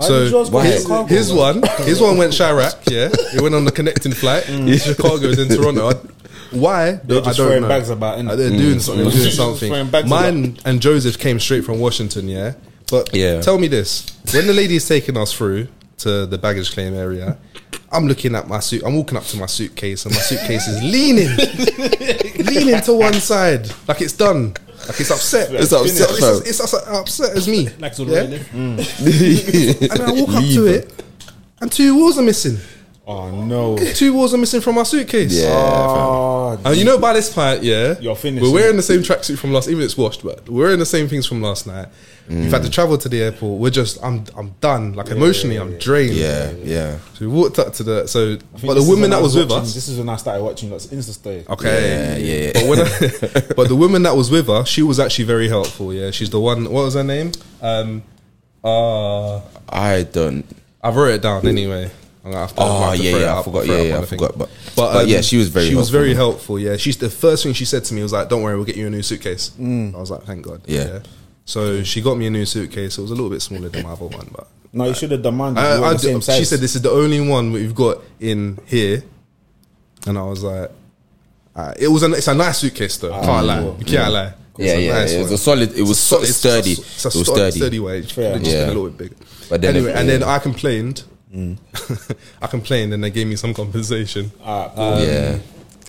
so Why did yours his, go to Chicago? his one, his one went Chirac. Yeah, it went on the connecting flight. Chicago <laughs> then Toronto. I- Why? They're Mm. just I don't throwing know. bags about, innit? Mm. Uh, They're doing something. They're doing Just throwing something. bags Mine and Joseph came straight from Washington. Yeah, but Yeah. tell me this: when the lady's taking us through to the baggage claim area. I'm looking at my suit. I'm walking up to my suitcase, and my suitcase is <laughs> leaning, leaning to one side, like it's done, like it's upset. It's upset, It's, fam. it's, it's upset as me. Like it's Yeah? already there. And I walk up to Leave. it, and two walls are missing. <laughs> Oh no! Two walls are missing from our suitcase. Yeah, fam. Oh, And you know, by this point, yeah, You're finished, We're wearing the same tracksuit from last, even if it's washed, but we're wearing the same things from last night. We've Mm. had to travel to the airport. We're just, I'm, I'm done. Like emotionally, I'm drained. Yeah, yeah. So we walked up to the. So, I think but this the is woman when I that was with watching- us. This is when I started watching lots of Insta story. Okay. Yeah, yeah. But when I, <laughs> but the woman that was with us, she was actually very helpful. Yeah, she's the one. What was her name? Um, uh, I don't. I wrote it down anyway. I'm gonna have to, I'm gonna Oh, have to yeah, throw it yeah, I up- forgot. throw Yeah, it up yeah, on I the thing. forgot. But, but, uh, yeah, um, she was very she was helpful. very helpful. Yeah, she's the first thing she said to me was like, "Don't worry, we'll get you a new suitcase." I was like, "Thank God." Mm. Yeah. So she got me a new suitcase. It was a little bit smaller than my other one, but No, you should have demanded. I, you were I the same d- size. she said this is the only one we've got in here, and I was like, uh, "It was a it's a nice suitcase though. can't lie, you can't lie." Mm. Yeah, It's a yeah, nice it one. was a solid. It was so, It's a- sturdy. It's a, it's a it was sturdy, sturdy. sturdy way. It should have just Yeah. been a little bit bigger. But then anyway, it- and then yeah. I complained. <laughs> I complained, and they gave me some compensation. Mm. Ah, yeah,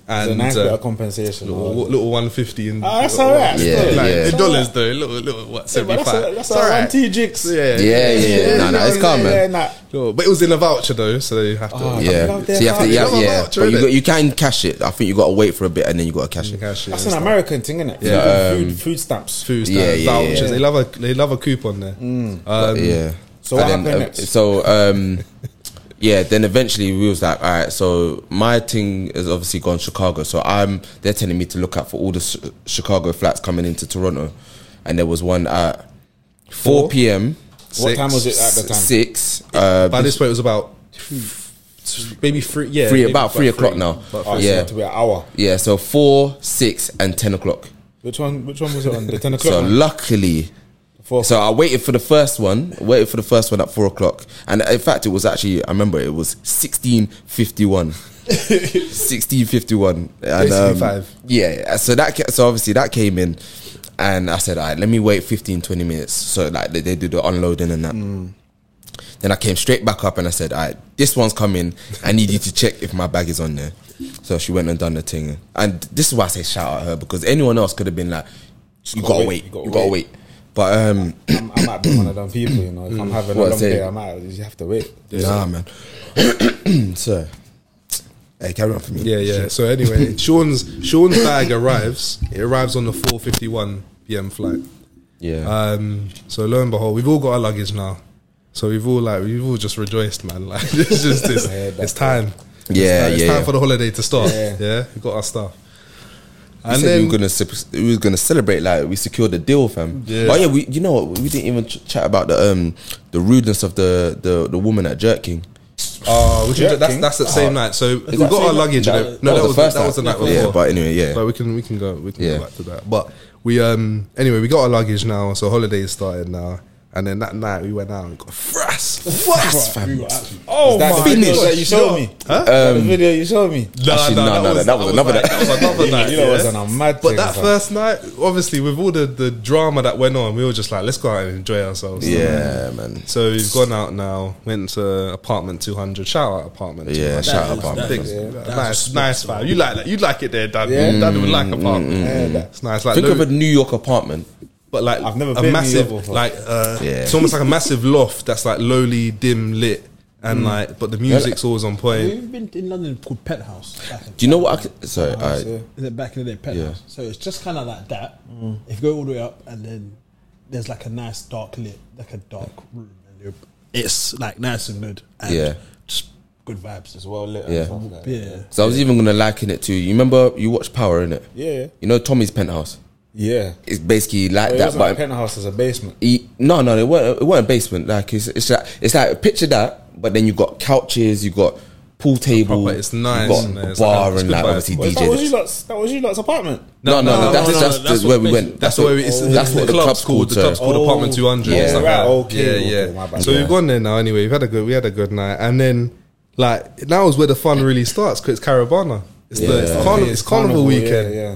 and it's a nice uh, bit of compensation. little, little one fifty in. Ah, that's alright. Yeah, Still, Like, yeah. in dollars though, little, little what But seventy that's a, five. that's a one T jigs. Yeah, yeah, yeah. No, no, it's calm, man. nah. Little- But it was in a voucher though, so you have to. Yeah, Ah, love so their you have to, yeah, voucher. They love a yeah. voucher, but you, innit? got, you can cash it. I think you got to wait for a bit and then you got to cash it. Cash it. That's an American thing, isn't it? Yeah, um, food, food stamps. Food stamps, Yeah, yeah, vouchers. yeah. They love a they love a coupon there. Mm. Um, yeah. So And what then, happened uh, next? So um, yeah, then eventually we was like, all right. So my thing is obviously gone Chicago. So I'm they're telling me to look out for all the Sh- Chicago flats coming into Toronto, and there was one at four, Four? p.m. What time was it at the time? Six. Uh, By this point, it was about maybe three. Yeah, three maybe about three o'clock now. About Oh, three. yeah, Yeah. to be an hour. yeah. So four, six, and ten o'clock. Which one? Which one was it on? The ten o'clock. So one? luckily, Four. So I waited for the first one. Waited for the first one at four o'clock, and in fact, it was actually I remember it was sixteen fifty one. Sixteen um, fifty one. Basically five. Yeah. So that ca- so obviously that came in, And I said, all right, let me wait 15, 20 minutes. So like they, they do the unloading and that. Then I came straight back up and I said, all right, this one's coming. I need you to check if my bag is on there. So she went and done the thing. And this is why I say shout out her because anyone else could have been like, you gotta wait, you gotta, wait. But um, <clears throat> I'm, I might be one of them people, you know. If I'm having a Mm. What, long say- day, I might you have to wait. nah, man. <clears throat> so, hey, carry on for me. Yeah, yeah. So <laughs> anyway, Sean's Sean's bag arrives. It arrives on the 4:51 p.m. flight. yeah. Um, so lo and behold, we've all got our luggage now. So we've all like we've all just rejoiced, man. <laughs> Like it's just it's, it's Yeah, time. it's time, it's yeah, time yeah. for the holiday to start. Yeah, Yeah. we got our stuff. We And said we then were gonna sup- we was gonna celebrate like we secured the deal, fam. Yeah. Oh yeah, we you know what we didn't even ch- chat about the um the rudeness of the the, the woman at Jerk King. oh, would you, Yeah, that's King. that's that Oh. same night. So that we got our same night? luggage. That- and it- no, that, was the, that was the night before. Yeah, but anyway, yeah. But we can we can go we can Yeah. go back to that. But we um anyway we got our luggage now, so holiday is starting now. And then that night we went out and got frass. Right, we were actually- Oh That's the video that you showed me. Huh? Um, the video you showed me. No, Actually, no, no, that was another like- night. That was another night. You know, it was <laughs> yeah. on a mad But thing, that fam. first night, obviously, with all the, the drama that went on, we were just like, let's go out and enjoy ourselves. Yeah, man. So we've gone out now, went to apartment 200. Shout out apartment. Yeah, 200. shout out was- apartment. that Big- was- nice, that nice, was vibe. You like that? You like it there, Dad? Yeah. Dad would like apartment. Yeah, It's nice, like Mm, Think low- of a New York apartment. but like I've never a been in massive, New York before. like uh, Yeah. it's almost like a massive loft that's like lowly dim lit, Mm. and like but the music's always on point. We've been in London called Penthouse. back in- Do you know what? I c- sorry, Ah, all right. Is it back in the day Penthouse? Yeah. Mm. So it's just kind of like that. If you go all the way up, and then there's like a nice dark lit, like a dark room, and you're, it's like nice and good. And Yeah. just good vibes as well. well lit. Yeah. Yeah. Yeah, So I was even gonna liken it to you. Remember you watched Power in it? Yeah. You know Tommy's penthouse. Yeah. It's basically like Oh, But it that, wasn't a but penthouse, it's a basement. he, no, no, it weren't. It weren't a basement. Like it's, it's like it's like picture that, but then you got couches, you got pool table, proper- it's nice, you got man. It's like a- bar it's and good like vibes. obviously Well, DJ. lot's, that was you lot's apartment. No, no, no, that's, no, that's, no, that's that's where what we the went. place- That's, where we, it's, that's what the club's called. The sir. club's called Apartment Two Hundred. Yeah. Oh, Right, yeah, okay, yeah. okay, my bad. so we've gone there now. Anyway, we've had a good, we had a good night, and then like now is where the fun really starts. 'cause it's Caravana. It's the it's, carnival, it's carnival weekend, Yeah, yeah.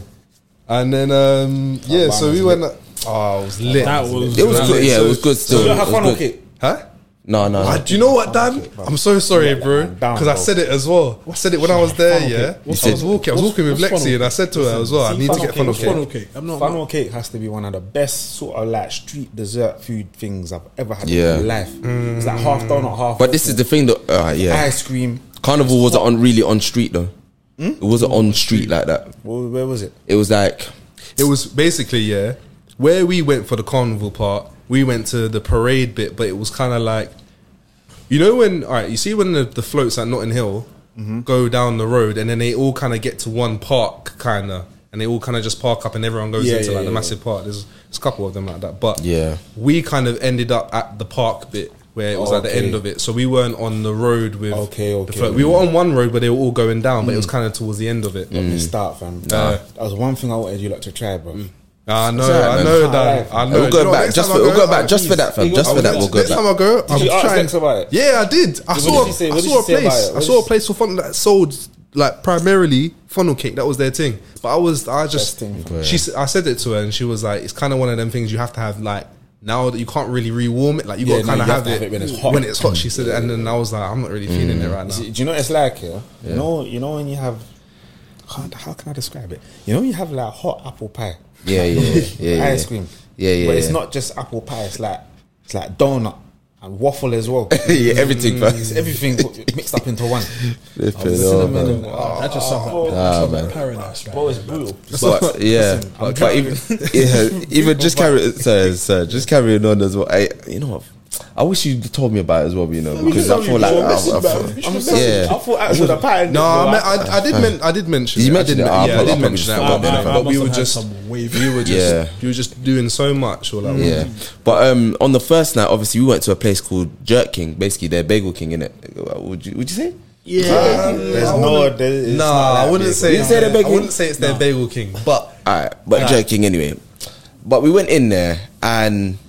and then um yeah. So we Caravana's went. Oh, it was lit. That was- It was good. Yeah, So- it was good. Still, you don't have It was fun, good. okay? Huh? No, no, Ah, no. do you know what, Dan? I'm so sorry, bro, down, because I bro. said it as well. I said it when I was there. Yeah, I was said- walking. I was walking with what's funnel Lexi, and I said to her as well, I need to get funnel What's funnel cake. cake? I'm not. Funnel cake has to be one of the best sort of like street dessert food things I've ever had Yeah. in my life. It's like half done or half. But this is the thing that uh, yeah, ice cream. carnival wasn't on really on street though. It wasn't on street like that. Where, where was it? It was like It was basically yeah, where we went for the carnival part, we went to the parade bit, but it was kind of like, you know, when all right, you see when the, the floats at Notting Hill Mm-hmm. go down the road, and then they all kind of get to one park, kind of, and they all kind of just park up, and everyone goes Yeah, into yeah, like the yeah. massive park. There's, there's a couple of them like that, but Yeah. we kind of ended up at the park bit. Where it was at the Okay. end of it, so we weren't on the road with Okay, the okay. Mm. float. We were on one road, but they were all going down. But it was kind of towards the end of it. Mm. Let's start, fam. that was one thing I wanted you lot to try, bro. Mm. I know, alright, I man. know that. I know. we'll You know, go back next just time for I we'll go back I'll- just for that fam. Just for that we'll go Next time back. I go, I'm you ask trying. Lex about it? Yeah, I did. I did saw. she say? I What did saw she a say about place. it? I What saw a did she- place for funnel that sold like primarily funnel cake. That was their thing. But I was, I just, thing. she, s- I said it to her, and she was like, "It's kind of one of them things you have to have like." Now that you can't really rewarm it, like you Yeah, got to no, kind of you have, have to it, have it when it's hot. When it's hot, she said, it, and then I was like, "I'm not really feeling Mm. it right now." Do you know what it's like? Yeah? You know, you know when you have. How, how can I describe it? You know, when you have like hot apple pie, Yeah, yeah, yeah, yeah, yeah. ice cream. Yeah, yeah. But it's yeah. not just apple pie. It's like it's like donut and waffle as <laughs> well. Mm, yeah, everything. fam. It's everything put- mixed up into one. Flipping hell, Cinnamon man. and- oh, That just sounds like, that sounds like paradise, right? bro, it's brutal. But yeah, but, but even <laughs> yeah, even just carry sorry, sorry, just carrying on as well. I you know what. I wish you told me about it as well, you know, because I feel like I, I feel, I'm sorry. yeah. I thought actually the pie. No, I, meant, I, I did. Men- I did mention. You it. mentioned I did, it. men- Ah, yeah, I but- did but mention that. I- But, I- I but we must were have had just, some wavy- we were just, Yeah. you were just doing so much. Or like, Yeah, but um, on the first night, obviously, we went to a place called Jerk King, basically their Bagel King, in it. Would you Would you say? There's no. There's, it's No, not I that wouldn't big. say. You say they're I bagel? wouldn't say it's their bagel king, but All right, but Jerk King anyway. But we went in there, and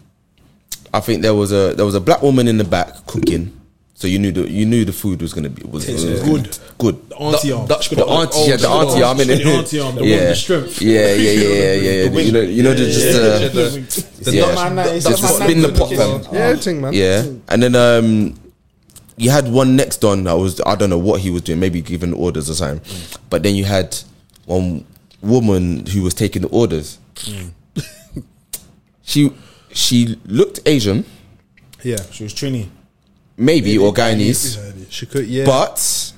I think there was a there was a black woman in the back cooking, So you knew the you knew the food was gonna be was, Tastes was good. gonna- good. The auntie arm. Dutch, the auntie, yeah, the Oh, auntie arm, the innit? auntie arm, the one with the strength. yeah, yeah, yeah, yeah, yeah. <laughs> You know, you know, just uh, yeah, the- the yeah. nut man, that is- Just that man spin the that pot, is- fam. Yeah, everything, man. Yeah, Hmm. and then um, you had one next on that was I don't know what he was doing, maybe giving orders or something. Hmm. But then you had one woman who was taking the orders. Hmm. <laughs> she she looked Asian, yeah. She was Trini. maybe, or Guyanese, She could, yeah. but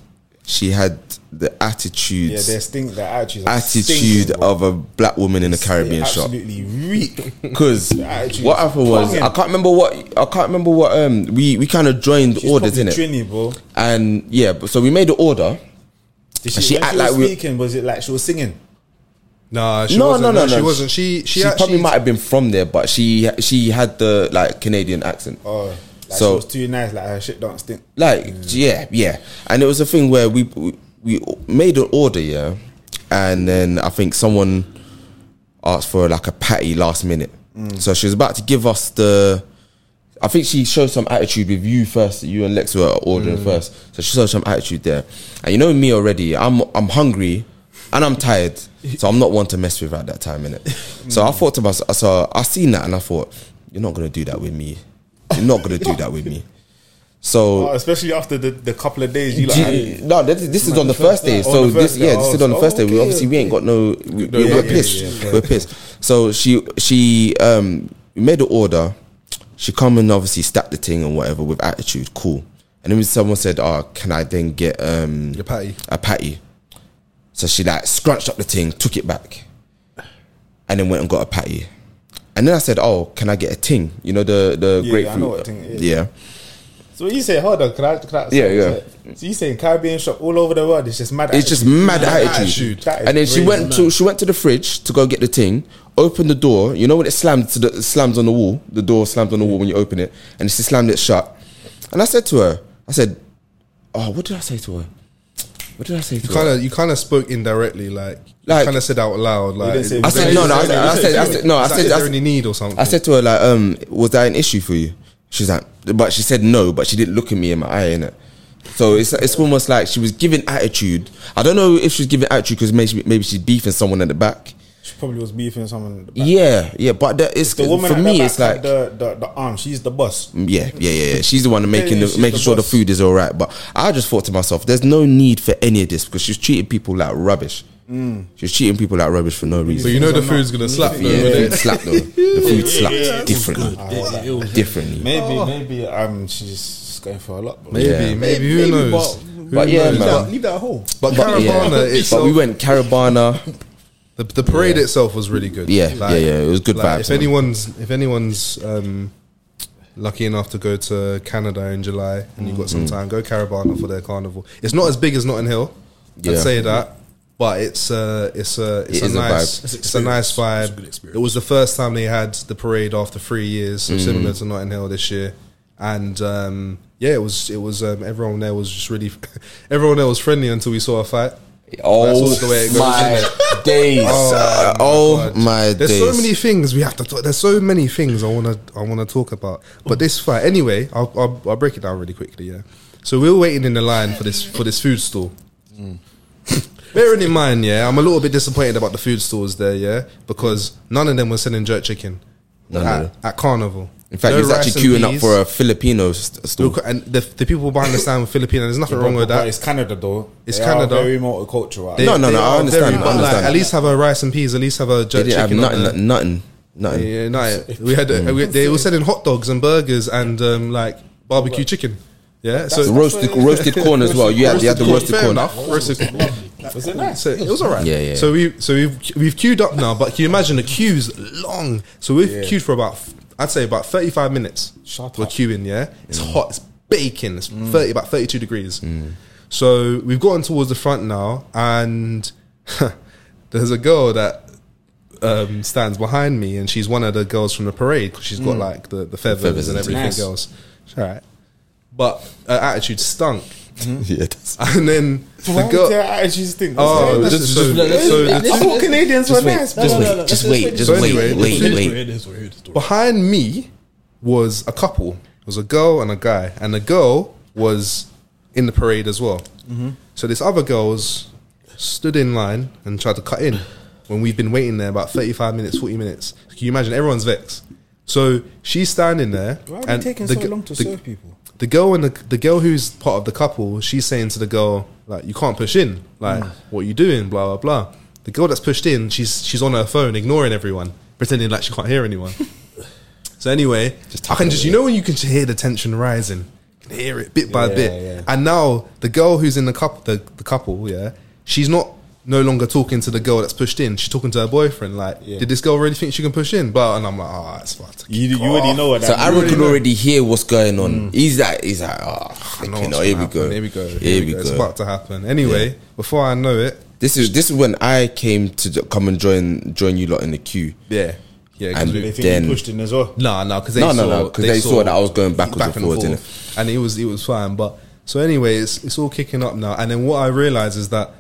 she had the attitude Yeah, their stink, their attitude. attitude of a black woman in a Caribbean shop. <laughs> Absolutely reek. Because attitude what is happened was fucking- I can't remember what I can't remember what um we we kind of joined She's orders probably in it. Trini, bro. And yeah, but so we made the order. Did she when act was like we- speaking? Was it like she was singing? nah, she no, wasn't. no, no, no. She wasn't. She, she, She actually, probably might have been from there, but she she had the like Canadian accent. Oh, like So- she was too nice. Like her shit don't stink. Like yeah, yeah. And it was a thing where we we, we made an order, yeah, and then I think someone asked for like a patty last minute. So she was about to give us the. I think she showed some attitude with you first. You and Lex were ordering first, so she showed some attitude there. And you know me already. I'm I'm hungry, and I'm tired, so I'm not one to mess with at that time, innit? So I thought to myself, so I seen that, and I thought, you're not gonna do that with me. You're not gonna do that with me. So <laughs> Oh, especially after the, the couple of days you do like. you- no, this, this is on the first day. on So the this, first day. yeah, this is on the Oh, first day. We okay, obviously we ain't got no. We, No, we're yeah, pissed. yeah, We're pissed. So she she um made the order. She come and obviously stacked the thing and whatever with attitude, cool. And then someone said, "Oh, can I then get um Your patty. a patty?" So she like scrunched up the thing, took it back, and then went and got a patty. And then I said, "Oh, can I get a ting? You know the the Yeah, grapefruit." I know what ting it is. Yeah. So what you say, hold on, can I, can I Yeah, yeah. So you saying Caribbean shop all over the world? It's just mad. It's just mad attitude. attitude. That is And then she crazy, went to she went to the fridge to go get the thing. Opened the door. You know when it slammed to the it slams on the wall. The door slams on the wall when you open it, and she slammed it shut. And I said to her, I said, "Oh, what did I say to her? What did I say to her?" You kind of you kind of spoke indirectly, like, Like- you kind of said out loud, like didn't say- I said, "No, no." I said, I said, I said "No." I Is that- is said, I there said, any need or something? I said to her like, um, was that an issue for you? She's like, but she said no, but she didn't look at me in my eye, innit? So it's it's almost like she was giving attitude. I don't know if she was giving attitude because maybe she, maybe she's beefing someone at the back. She probably was beefing someone. in the back. Yeah, yeah, but that is The woman for at me. the back It's like had Oh. mm, the, the the arm. She's the boss. yeah, yeah, yeah, yeah. She's the one making yeah, the, she's making the sure boss. the food is all right. But I just thought to myself, there's no need for any of this because she's treating people like rubbish. Mm. She's treating people like rubbish for no so reason. you know the food's gonna slap though, yeah, the innit? food <laughs> slapped though. The food slapped differently, It, it was differently. Maybe maybe um she's going for a lot. Bro. Maybe, Yeah. maybe, who knows? But, But yeah, knows? man. But- leave that hole. But But, yeah. Caravana itself, but we went Caravana. the, the parade itself was really good. Yeah, yeah, yeah, it was good like, vibes, If man. anyone's if anyone's um, lucky enough to go to Canada in July and you've got Mm. some time, go Caravana for their carnival. It's not as big as Notting Hill. I'd Yeah. say that. But it's a it's a it's It a is a nice vibe. it's, It's a experience. nice vibe. It's a good experience. It was the first time they had the parade after three years, Mm. so similar to Notting Hill this year. And um, yeah, it was it was um, everyone there was just really <laughs> everyone there was friendly until we saw a fight. That's Oh always the way it goes, isn't my days! Oh, God. my There's days! so many things we have to talk. There's so many things I wanna I wanna talk about. But this fight, anyway, I'll, I'll I'll break it down really quickly. Yeah. So we were waiting in the line for this for this food stall. Mm. Bearing in mind, yeah, I'm a little bit disappointed about the food stalls there, yeah, because none of them were selling jerk chicken No, at, no. at Carnival. In fact, No he's rice actually queuing and up peas. for a Filipino st- store. Look, and the, the people behind the stand were Filipino. There's nothing wrong with But that. it's Canada though. It's They are Canada. Very multicultural. They- No, no, they no, I are understand, very- I but, like, understand. at least have a rice and peas. At least have a They jerk didn't have chicken. on nothing, there. nothing, nothing, nothing. Yeah, no, we had uh, we, they were selling hot dogs and burgers and um, like barbecue chicken. Yeah, so The roasted roasted corn as well. You had, you had the roasted fair corn. enough. Roasted corn. <laughs> Was it nice? So it was alright. Yeah, yeah. So we so we've we've queued up now, but can you imagine the queues long? So we've queued for about I'd say about thirty five minutes. Shut we're up. queuing. Yeah, it's Mm. hot. It's baking. It's thirty about thirty two degrees. So we've gotten towards the front now, and <laughs> there's a girl that um, stands behind me, and she's one of the girls from the parade because she's got like the, the feathers, Mm. feathers and and everything things. else. All right, but her attitude stunk, Mm-hmm. Yeah, that's- <laughs> and then the Why girl. did their attitudes think? Oh, That's- just, so, so the I thought Canadians were Just wait, nice. bro. just wait, just wait, just So anyway, wait, wait, Here's the story, wait. here's the story, here's the story. behind me was a couple. It was a girl and a guy, and the girl was in the parade as well. Mm-hmm. So this other girl's stood in line and tried to cut in when we've been waiting there about 35 minutes, 40 minutes. Can you imagine? Everyone's vexed. So she's standing there. Why are we and taking the so g- long to the- serve people? the girl and the the girl who's part of the couple, she's saying to the girl like, "You can't push in. Like, Mm. what you doing? Blah blah blah." The girl that's pushed in, she's she's on her phone, ignoring everyone, pretending like she can't hear <laughs> anyone. so anyway, I can just you know when you can just hear the tension rising, you can hear it bit by Yeah, bit, yeah. and now the girl who's in the couple, the, the couple, yeah, she's not no longer talking to the girl that's pushed in. She's talking to her boyfriend. Like, Yeah. did this girl really think she can push in? But and I'm like, ah, it's fucked. You, you Oh. already know what So that means. Aaron can already hear what's going on. He's like, he's like, oh, Mm. I know flipping what's hell, here gonna we go, happen. Here we go. here, we It's go. about to happen. Anyway, before I know it, This is this is when I came to j- come and join join you lot in the queue. yeah, yeah. 'cause And- we- They think Then- you pushed in as well. no, no, because they No, saw, no, no, 'cause they saw that I was going backwards and forwards, and, forth, and it was it was fine. But so anyway, it's it's all kicking up now. And then what I realize is that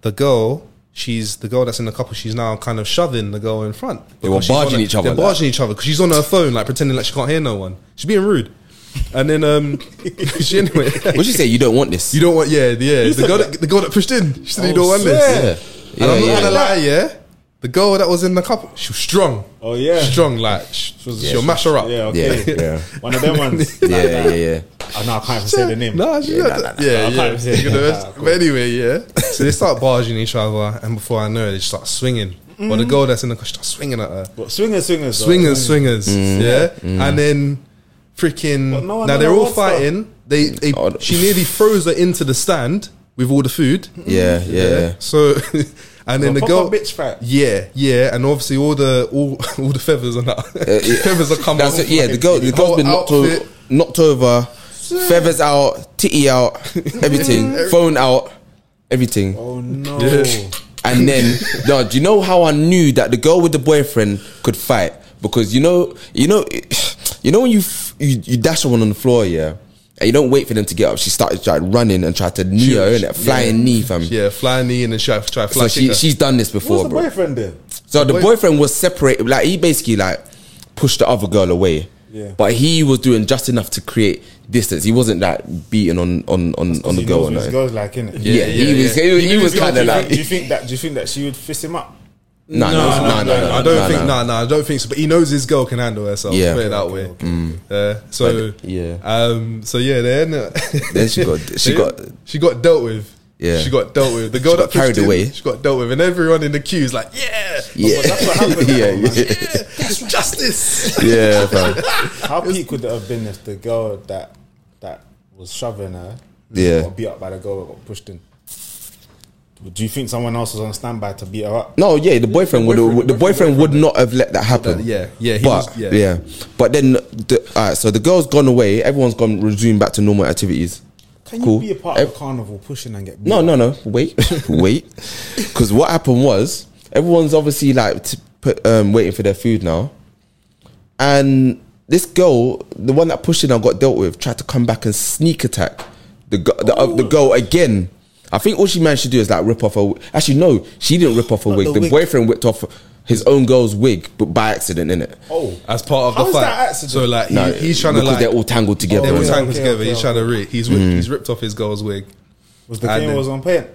the girl. She's the girl that's in the couple. She's now kind of shoving the girl in front. They were Because she's on barging her- each other They're like that. barging each other because she's on her phone, like pretending like she can't hear no one. She's being rude. And then um, <laughs> she anyway. <laughs> What you say? You don't want this? You don't want, yeah, yeah. The girl, that, the girl that pushed in, she said, Oh, "You don't want swear. this." Yeah. and I'm Yeah, not gonna yeah. lie, yeah. The girl that was in the couple, she was strong. Oh, yeah. strong like sh- she'll mash her up. Yeah, yeah, okay. yeah, One of them ones. <laughs> yeah, yeah, <laughs> yeah. Oh, no, I can't even say the name. Nah, she Yeah, yeah, nah, nah, nah. yeah, I yeah. can't say You that. know, <laughs> Nah, cool. But anyway, yeah. So they start barging each other, and before I know it, they just start swinging. But Mm. the girl that's in the car she starts swinging at her. But swingers, swingers. though. swingers, swingers, yeah. And then freaking Mm. But no one now did they're no all one stuff. fighting. They, they Oh, no. she nearly throws her into the stand with all the food. Yeah, yeah, yeah. So <laughs> and then A the proper girl bitch fight. Yeah, yeah, and obviously all the all <laughs> all the feathers are now Uh, <laughs> yeah. feathers are coming. That's it. Yeah, the girl, the girl's been knocked, o- knocked over, feathers out, titty out, everything, phone out, everything. Oh, no. And then, no, do you know how I knew that the girl with the boyfriend could fight? Because you know, you know, <sighs> you know when you f- you, you dash someone on the floor, yeah, and you don't wait for them to get up. She started like running and tried to knee her in it, flying knee, fam. Yeah, fly knee and then try try So fly. she, kicker. she's done this What's before, the bro. boyfriend then? So the Boy- boyfriend was separated. Like he basically like pushed the other girl away. Yeah. But he was doing just enough to create distance. He wasn't like beating on on on, on the He girl or knows what his nothing. girl's like, innit? Yeah, he yeah, was yeah. he, was- he You know was his girl, kind of do you like think- Do you think that? Do you think that she would fist him up? no no no no. no, I don't no, think. no. Nah, nah, I don't think so. But he knows his girl can handle herself. Yeah. put it that way. Uh, so But, yeah. um, so yeah, then <laughs> Then she got- she got- she got dealt with. Yeah. she got dealt with. The girl She got that pushed carried in, away. She got dealt with, and everyone in the queue is like, yeah, Yeah. <laughs> yeah, yeah, justice. yeah, fam. How peak would it have been if the girl that that was shoving her Yeah. got beat up by the girl that got pushed in? Do you think someone else was on standby to beat her up? No, yeah, the boyfriend would boyfriend- the boyfriend would not have let that happen. That- yeah, yeah, he but was- yeah. yeah, but then the, all right. So the girl's gone away. Everyone's gone resumed back to normal activities. Can you be a part of a carnival pushing and get beat No, up? no, no. Wait, wait. Because what happened was everyone's obviously like t- put, um, waiting for their food now, and this girl, the one that pushed in, I got dealt with, tried to come back and sneak attack the gu- the, uh, the girl again. I think all she managed to do is like rip off her. wi- Actually, no, she didn't rip off her Not wig. the The, wig. boyfriend whipped off his own girl's wig, but by accident, innit? Oh, As part of How the is fight, that accident? so like he, No, he's trying to because like they're all Mm. tangled together. they're all innit? tangled Okay, together. okay, he's trying to rip. He's whipped, he's ripped off his girl's wig. was the And game then- was on paint?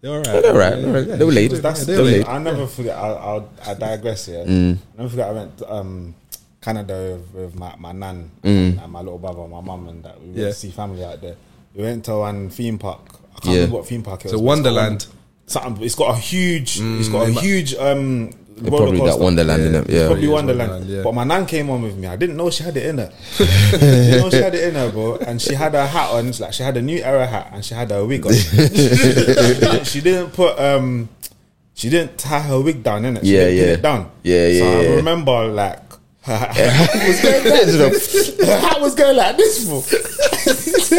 They're all They're all right. they're all right. They were late. That's They the were late. thing. I never forget. I, I'll, I digress here. I never forget. I went to um, Canada with, with my, my nan and my little brother, my mum, and that. We went Yeah. to see family out there. We went to one theme park. I can't Yeah. remember what theme park it was. So but it's Wonderland. got one- Something. It's got a huge. it's got a huge. Um, roller Probably that coaster. Wonderland, innit? It's Yeah. probably yeah, it's Wonderland. Wonderland, yeah. But my nan came on with me. I didn't know she had it <laughs> in her. I didn't know she had it in her, bro. And she had her hat on. It's Like she had a new era hat, and she had her wig <laughs> on. she didn't put um, she didn't tie her wig down in it. She Yeah, didn't yeah. pin it down. Yeah, yeah, So yeah. I remember like. <laughs> her hat was going <laughs> like this. Her hat was going like this. <laughs> fool.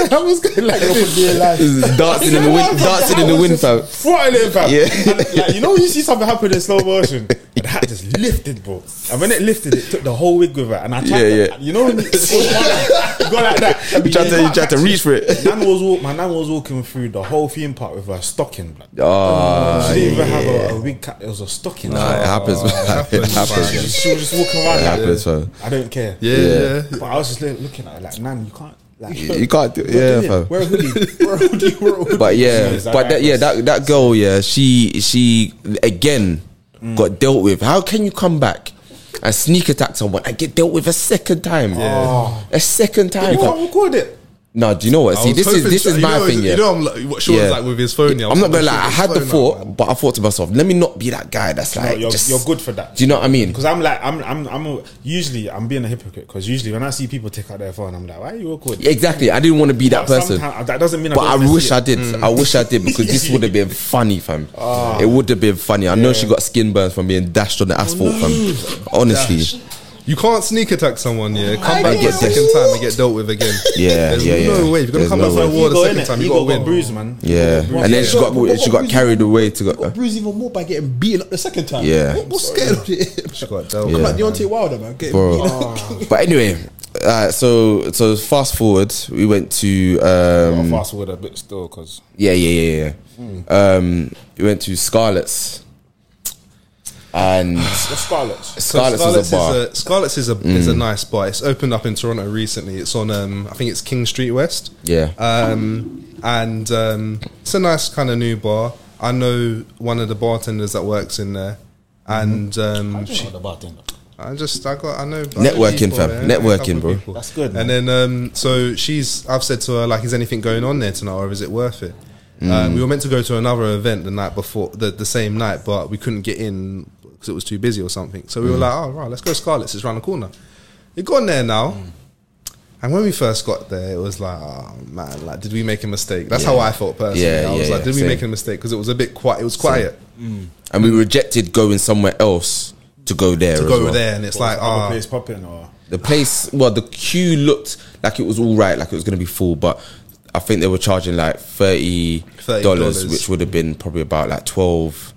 Her hat was going like this. dancing in the wind, dancing in the wind, fam. Throttle it, fam. Yeah. And, like, you know, when you see something happen in slow motion. The hat just lifted, bro. And when it lifted, it took the whole wig with her. And I tried Yeah, to, yeah. you know, when you, you go like that. You tried to, you tried to reach for <laughs> it. Nan was walk, my nan was walking through the whole theme park with her stocking. Like, Oh, she didn't even have a, a wig cap. It was a stocking. Nah, Uh, <laughs> it happens. man. it Oh, happens, happens. man. she was just walking around. It like, happens, man. I don't care. Yeah, yeah. But I was just li- looking at her like, Nan, you can't. <laughs> Like, You you can't do it. Yeah, fam. Wear a hoodie. Wear a hoodie. Wear a hoodie. But yeah, Jeez, that but that, guy yeah, was- that that girl, yeah, she she again Mm. got dealt with. How can you come back and sneak attack someone and get dealt with a second time? Oh. A second time. you can't record it. No, do you know what? I See, was this is hoping this to- is you my know, thing. You yeah. know, I'm like, what Sean's like with his phone. yeah, I'm not gonna like, lie. I his had the phone thought, out, man. but I thought to myself, let me not be that guy. That's like you're- just- you're good for that. Do you know what I mean? Because I'm like, I'm, I'm, I'm. Usually, I'm being a hypocrite. Because usually, when I see people take out their phone, I'm like, why are you recording? Exactly. I didn't want to be that person. Sometimes- that doesn't mean. But I don't wanna wish see I it. did. I wish I did because this would have been funny, fam. it would have been funny. I know she got skin burns from being dashed on the asphalt, fam. Honestly, You can't sneak attack someone, yeah. Come back get the second time and get dealt with again. Yeah, There's yeah, no yeah. way. If you're going There's to come no back for a way. war the Ego, second innit? time, you Ego got to got win. bruised, man. yeah. And then she got she got carried away to Got go. uh, bruised even more by getting beaten up the second time. Yeah. What, what's scared of it? She got dealt Yeah. I'm with. <laughs> like Deontay Wilder, man. Getting Bro. beaten up. <laughs> But anyway, uh, so so fast forward, we went to I'll um, fast forward a bit still, because yeah yeah yeah yeah. Um, we went to Scarlet's, and the Scarlets. So Scarlet's, is a bar. Mm. Scarlet's is a is a nice bar. It's opened up in Toronto recently. It's on um I think it's King Street West. yeah. Um and um it's a nice kind of new bar. I know one of the bartenders that works in there. And um she- the bartender. I just I got I know I know Networking, people, fam. yeah, I know a Networking, couple of bro. people. That's good, And then um so she's I've said to her like is anything going on there tonight or is it worth it? Mm. Um, we were meant to go to another event the night before the, the same night but we couldn't get in because it was too busy or something. So we Mm. were like oh right let's go to Scarlet's it's round the corner. You got in there now. Mm. And when we first got there, it was like, oh man, like, did we make a mistake? That's how I felt personally. Yeah, I was yeah, like, yeah, did we same. make a mistake? Because it was a bit quiet. It was quiet and we rejected going somewhere else to go there. to as go well. there, and it's like, ah, place popping or The place, well, the queue looked like it was all right, like it was going to be full, but I think they were charging like thirty dollars, $30. which would have been probably about like twelve.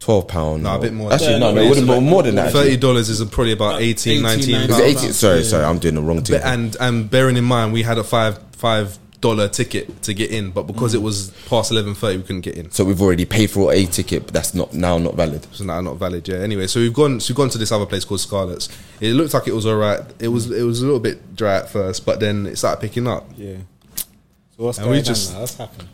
Twelve pound. No, a bit more. Actually, Yeah, no, no, no, it it's would have been more than that. Thirty actually. dollars is probably about 18, 19 18, Is it pounds. 18? Sorry, sorry, I'm doing the wrong thing. But- And and bearing in mind, we had a five five dollar ticket to get in, but because Mm. it was past eleven thirty, we couldn't get in. So we've already paid for a ticket, but that's not now not valid. So now not valid. Yeah. Anyway, so we've gone. So we've gone to this other place called Scarlet's. It looked like it was alright. It was it was a little bit dry at first, but then it started picking up. yeah. So what's And going we on? just- now? What's happened?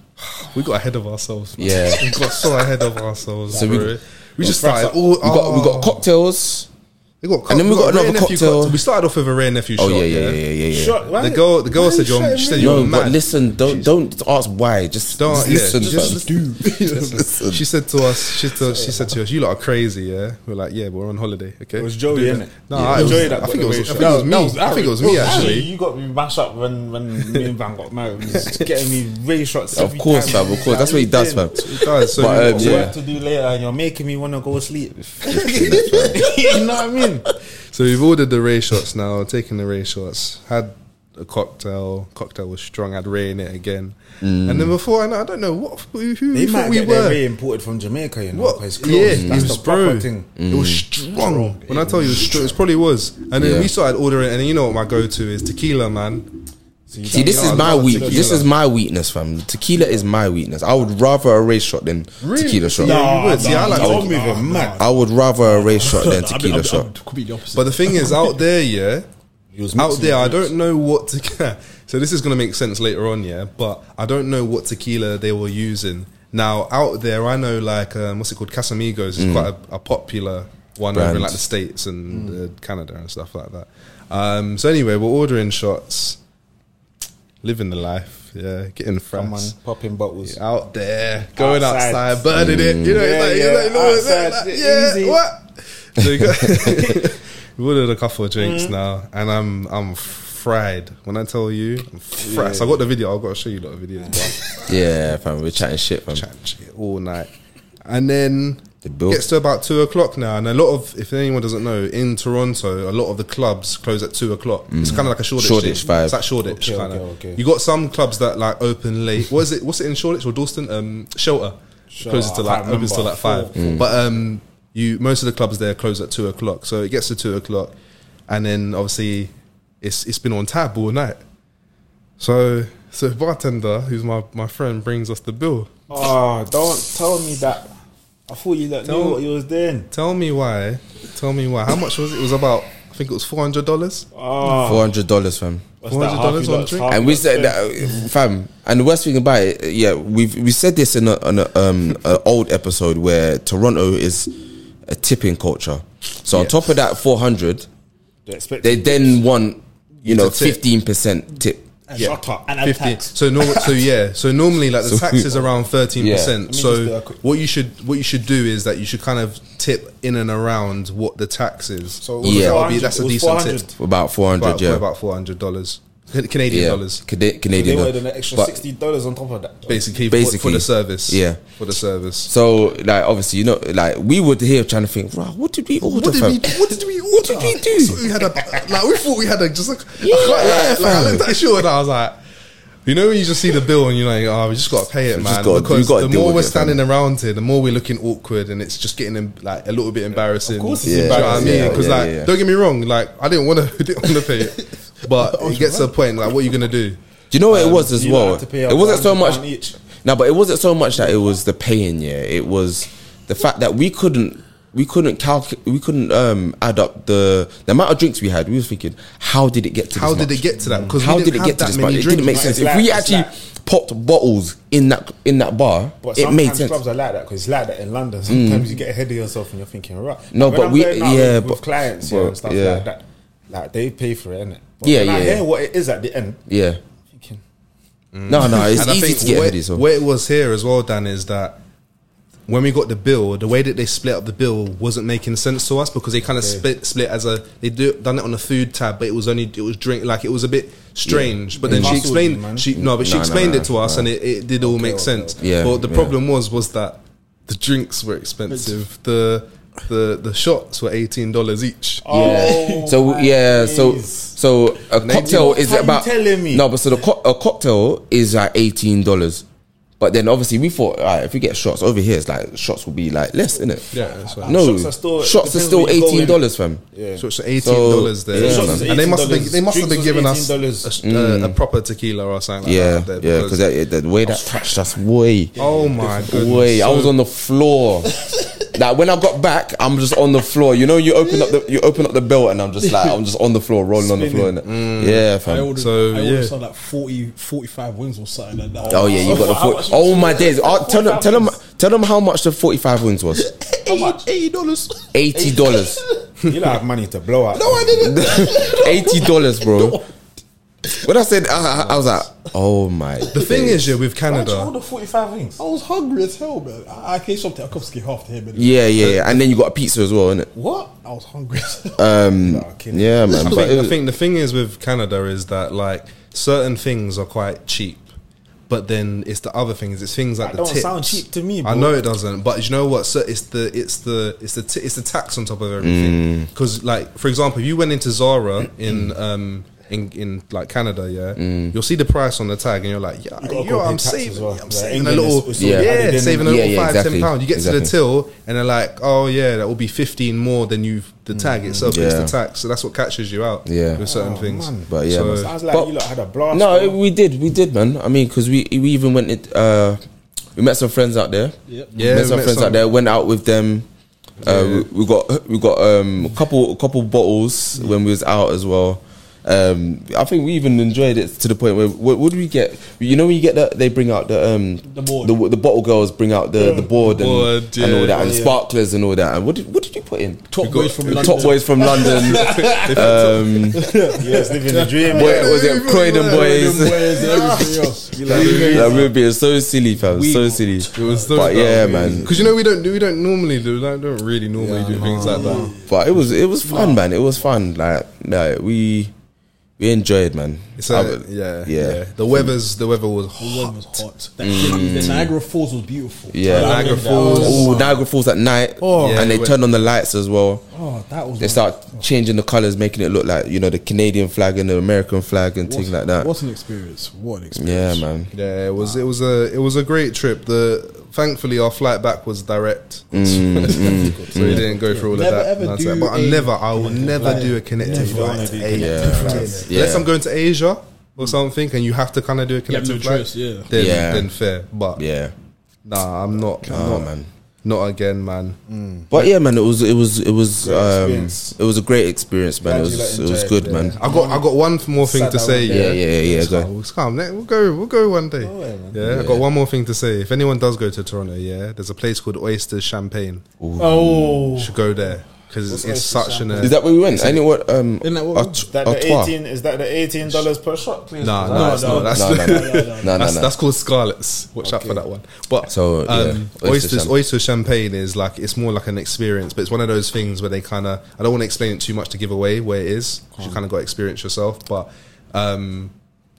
We got ahead of ourselves. man. Yeah. <laughs> we got so ahead of ourselves. So we- we, we just Well, started. Oh, we got we got cocktails. we got and then we got a rare another nephew cocktail. We started off with a rare nephew. Oh shot, yeah, yeah, yeah, yeah, yeah. yeah. Shot, The right? girl, the girl Why said, you "You're, shouting she me? said you're No, mad." but listen, don't don't ask why. Just Don't- just yeah, listen. just- fam. <laughs> just She said to us, she, to, she said to us, "You lot are crazy, yeah." We are like, "Yeah, but we're on holiday." Okay, It was Joey, innit? No, Yeah, I, was, it was Joey that I got think the it was. I ratio. think No, it was me. no, it was I think it was Harry. me Harry, actually. You got me mashed up when when me and Van got married. He was getting me ray shots. Of every course, time. fam. Of course, that's what he does, fam. It does, so But, you- um, What Yeah. to do later, and you're making me want to go <laughs> sleep. <laughs> you know what I mean? So we've ordered the ray shots now, taken the ray shots, had a cocktail. Cocktail was strong, had ray in it again. Mm. And then before I know, I don't know what who, who They we might thought we get their were. ray imported from Jamaica, you know. What? 'cause it's Yeah, close. it that's was the proper bro. thing. It was strong. When I tell you, it, was str- it probably was. And then Yeah. we started ordering, and you know what my go-to is tequila, man. See, this Yeah, is I my love weak. tequila. This is my weakness, fam. Tequila is my weakness. I would rather a race shot than tequila shot. Yeah, you would. See, I like You're tequila. moving mad. I would rather a race shot <laughs> than I've been- tequila I've been- shot. I'm completely opposite. But the thing is, out there, yeah, out there, I don't know what to. <laughs> so this is going to make sense later on, yeah. But I don't know what tequila they were using. Now out there, I know like um, what's it called, Casamigos is quite a, a popular one over Brand. in like the states and uh, Canada and stuff like that. Um, so anyway, we're ordering shots, living the life, yeah, getting Someone fresh. popping bottles. Out there, going Outside. outside, burning it, you know, Yeah, it's like, yeah, you know, it's outside, like, yeah, yeah, easy. what? So we, got, <laughs> <laughs> we ordered a couple of Mm. drinks now, and I'm I'm fried. When I tell you, I'm fried. So I got the video. I've got to show you a lot of videos. But Yeah, fam. We're chatting shit, fam. I'm chatting all night, and then The bill. gets to about two o'clock now. And a lot of, if anyone doesn't know, in Toronto, a lot of the clubs close at two o'clock. It's kind of like a Shoreditch. Mm. Shoreditch thing. vibe. It's like Shoreditch Okay, kind of. okay, okay. You got some clubs that like open late. What is it? What's it in Shoreditch or Dalston? Um, Shelter closes I to like can't opens to remember. like five. Mm. But um, you most of the clubs there close at two o'clock, so it gets to two o'clock, and then obviously it's it's been on tap all night. So so bartender, who's my my friend, brings us the bill. Oh, don't tell me that. I thought you like, knew Don't- what you was doing. Tell me why. Tell me why. How much was it? It was about I think it was four hundred dollars. Ah. Four hundred dollars, fam. What's that, half $400 you on lot, drink? half And you we lot said spend? that, uh, fam. And the worst thing about it, uh, yeah, we've we said this in a, on a, um, an old episode where Toronto is a tipping culture. So on top of that, four hundred, They expect- they then want you know To tip. fifteen percent tip. shut up. And add tax. So normal, so yeah, so normally like the So- tax is around thirteen Yeah. percent. just do So a quick- what you should what you should do is that you should kind of tip in and around what the tax is. So was Yeah. that'll be, that's a 400, it was decent 400. tip. About four hundred, About, yeah, about four hundred dollars, Canadian yeah, dollars, Cada- They Canadian. wanted an dollar. extra But- sixty dollars on top of that. basically, for, for Basically. the service. Yeah. for the service. So like obviously you know like we would here trying to think, "Rah, what did we order? What did fam?" we? What did we? What did we do? So we had a like. We thought we had a just. Like, I, can't lie, like, I looked at Shaw and I was like. You know when you just see the bill and you're like, oh, we just gotta pay it, We just man. gotta- because we gotta the deal with more we're it, fam. standing around here, the more we're looking awkward, and it's just getting em- like a little bit embarrassing. Of course it's you know what I embarrassing. mean? Yeah, Because yeah, like, yeah, yeah. don't get me wrong, like I didn't want to, <laughs> didn't want to pay it, <laughs> but it gets to a point like, what are you gonna do? Do you know what it was as Um, you well? had to pay up It wasn't so much. £100 each. No, but it wasn't so much that it was the paying. Yeah, it was the fact that we couldn't, we couldn't calculate, we couldn't um, add up the the amount of drinks we had. We was thinking, how did it get to? How this did much? it get to that? Because How we did didn't it have get to that this? many But it didn't make sense. drinks. It's If like- we it's actually like- popped bottles in that in that bar, But it sometimes made sense. Mm. clubs are like that because it's like that in London. Sometimes you get ahead of yourself and you're thinking, right? No, When but I'm we- going out yeah, with, but- with clients yeah, but, and stuff yeah. like that. Like they pay for it, innit? But Yeah, when I yeah, hear yeah. what it is at the end. Yeah. Thinking, No, <laughs> no, Ah, it's And I easy think to get where, ahead of yourself. where it was here as well, Dan, is that when we got the bill, the way that they split up the bill wasn't making sense to us because they kind of split split as a they do done it on a food tab, but it was only it was drink like it was a bit strange. But then she Muscles, man. explained she no, but she No, no, explained no, it to us no. and it, it did all make okay, sense. okay. Yeah, but the yeah. problem was was that the drinks were expensive. The the the shots were eighteen dollars each. Oh, so my yeah, so days. so a cocktail is Are you about telling me? no, but so the co- a cocktail is like eighteen dollars, but then obviously we thought all right, if we get shots over here, it's like shots will be like less, isn't it? Yeah, that's right. No, Shots are still- shots are depends still where you go, eighteen dollars, fam. So it's eighteen dollars there, yeah, So it's man. and they must have been, $18. they must have been Drinks giving was us a, a- a proper tequila or something. Like Mm. Yeah, that there yeah, because the the way that touched us, way, oh my goodness, way, I So- was on the floor. <laughs> Like when I got back, I'm just on the floor. You know, you open up the you open up the belt, and I'm just like I'm just on the floor, rolling on the floor. innit? Mm. Yeah, I fam. ordered, So, I ordered yeah. something like 40, 45 wings or something like that. Oh yeah, you got the How four much- Oh my days! Oh, tell them, tell them, tell them how much the forty-five wins was. eighty dollars. Eighty dollars. <laughs> you don't have money to blow out. No, I Eighty dollars, bro. When I said, I, I, I was like, oh my. The thing is, yeah, with Canada, order forty-five wings. I Oh. was hungry as hell, man. I, I came from Tarkovsky half to him. And yeah, yeah, yeah, and then you got a pizza as well, innit? What? I was hungry. <laughs> Um, yeah, man. I But think, I it, think the thing is with Canada is that like certain things are quite cheap, but then it's the other things. It's things like That the don't tips. sound cheap to me, I bro. know it doesn't, but you know what? So it's the it's the it's the t- it's the tax on top of everything. Mm. Because like for example, if you went into Zara in um. In, in like Canada, yeah, Mm. you'll see the price on the tag, and you're like, yeah, gotta yo, go pay I'm tax saving, as well. I'm Like, saving a England is- little, is yeah, already added in. saving a Yeah, little yeah, five, exactly, ten pound. You get to the exactly. till, and they're like, oh yeah, that will be fifteen more than you've the Mm. tag itself is Yeah. the tax, so that's what catches you out, Yeah. with certain Oh, things. man. but yeah, So- man. <laughs> Sounds like But- you lot had a blast. No, bro. we did, we did, man. I mean, because we we even went. It, uh, we met some friends out there. Yep. Yeah, met we some met friends some- out there. Went out with them. Uh, we, we got we got um, a couple a couple bottles when we was out as well. Um, I think we even enjoyed it to the point where what, what do we get? You know when you get that they bring out the um The board. the, the bottle girls bring out the, the board, and, Board, and all yeah. that and sparklers and all that. And what did what did you put in? Top boys from London. Top boys <laughs> from London. um, you was living the dream. boy, yeah. was it Croydon boys? Them boys <laughs> and everything else. You like, That would be so silly, fam. so silly. but yeah, man. Because you know we don't do we don't normally do like don't really normally do things like Oh, that. But it was it was fun, man. It was fun. Like, like we we enjoyed, man. It's a, I would- yeah, yeah, yeah. The weather's the weather was The hot. one was hot. That the Niagara Falls was beautiful. Mm. Yeah. Niagara Falls. Oh, Niagara Falls at night, Oh. Yeah, and they we- turn on the lights as well. Oh, that was. They start changing the colors, making it look like you know the Canadian flag and the American flag and things like that. What an experience! What an experience! Yeah, man. Yeah, it was it was a it was a great trip. The thankfully our flight back was direct, <laughs> so we didn't go through all Never of that. ever nonsense. do but I a- never, I will never do a connecting you don't wanna flight. do to connecting Asia. flights. Yeah. Unless I'm going to Asia or something, and you have to kind of do a connecting no flight. choice, yeah. Then, Yeah. then fair, but Yeah. nah, I'm not. I'm Oh not man. Not again, man. But yeah, man, it was it was it was um, experience. it was a great experience, man. Glad it you was lot it was enjoyed good, it, man. I got I got one more thing Sad to that say. one. Yeah, Yeah, yeah, yeah, It's go. calm, It's calm. Let- We'll go. We'll go one day. yeah, man. yeah, I got one more thing to say. If anyone does go to Toronto, yeah, there's a place called Oysters Champagne. You Oh, should go there because it's, What's such Oysters an. uh, Is that where we went? I know what um Isn't that what- Art- That the Artois. eighteen is that the eighteen dollars per shot, please? Nah, Is nah, that- it's not. That's, No, no, no, no, no, that's, no. that's called Scarlets. Watch out for that one. But So, yeah, um, oyster oysters, champ- oyster champagne is like it's more like an experience, but it's one of those things where they kind of I don't want to explain it too much to give away where it is. 'cause You kind of got to experience yourself, but um,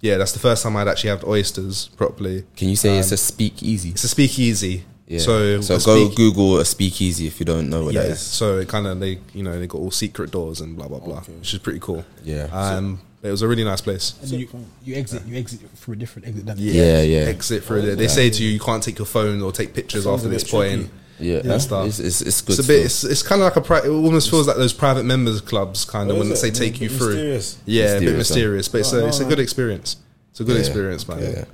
yeah, that's the first time I'd actually had oysters properly. Can you say it's a speakeasy? Um, It's a speakeasy, Yeah. so so a go speak- Google a speakeasy if you don't know what that Yeah, is. so it kind of they you know they got all secret doors and blah blah blah, which is pretty cool. Yeah. um, it was a really nice place. and you, you exit you exit through a different exit than Yeah, yeah. Exit through there. They say to you, you can't take your phone or take pictures Sounds after a bit this point. tricky. Yeah, That stuff. It's, it's, it's good. It's a bit. stuff. It's, it's kind of like a. Pri- it almost feels like those private members clubs kind of Oh, when is they it? take you Mysterious. through. Yeah, a bit Mysterious, huh? Oh. mysterious, but it's a it's a good experience. It's a good Yeah. experience, man. Yeah.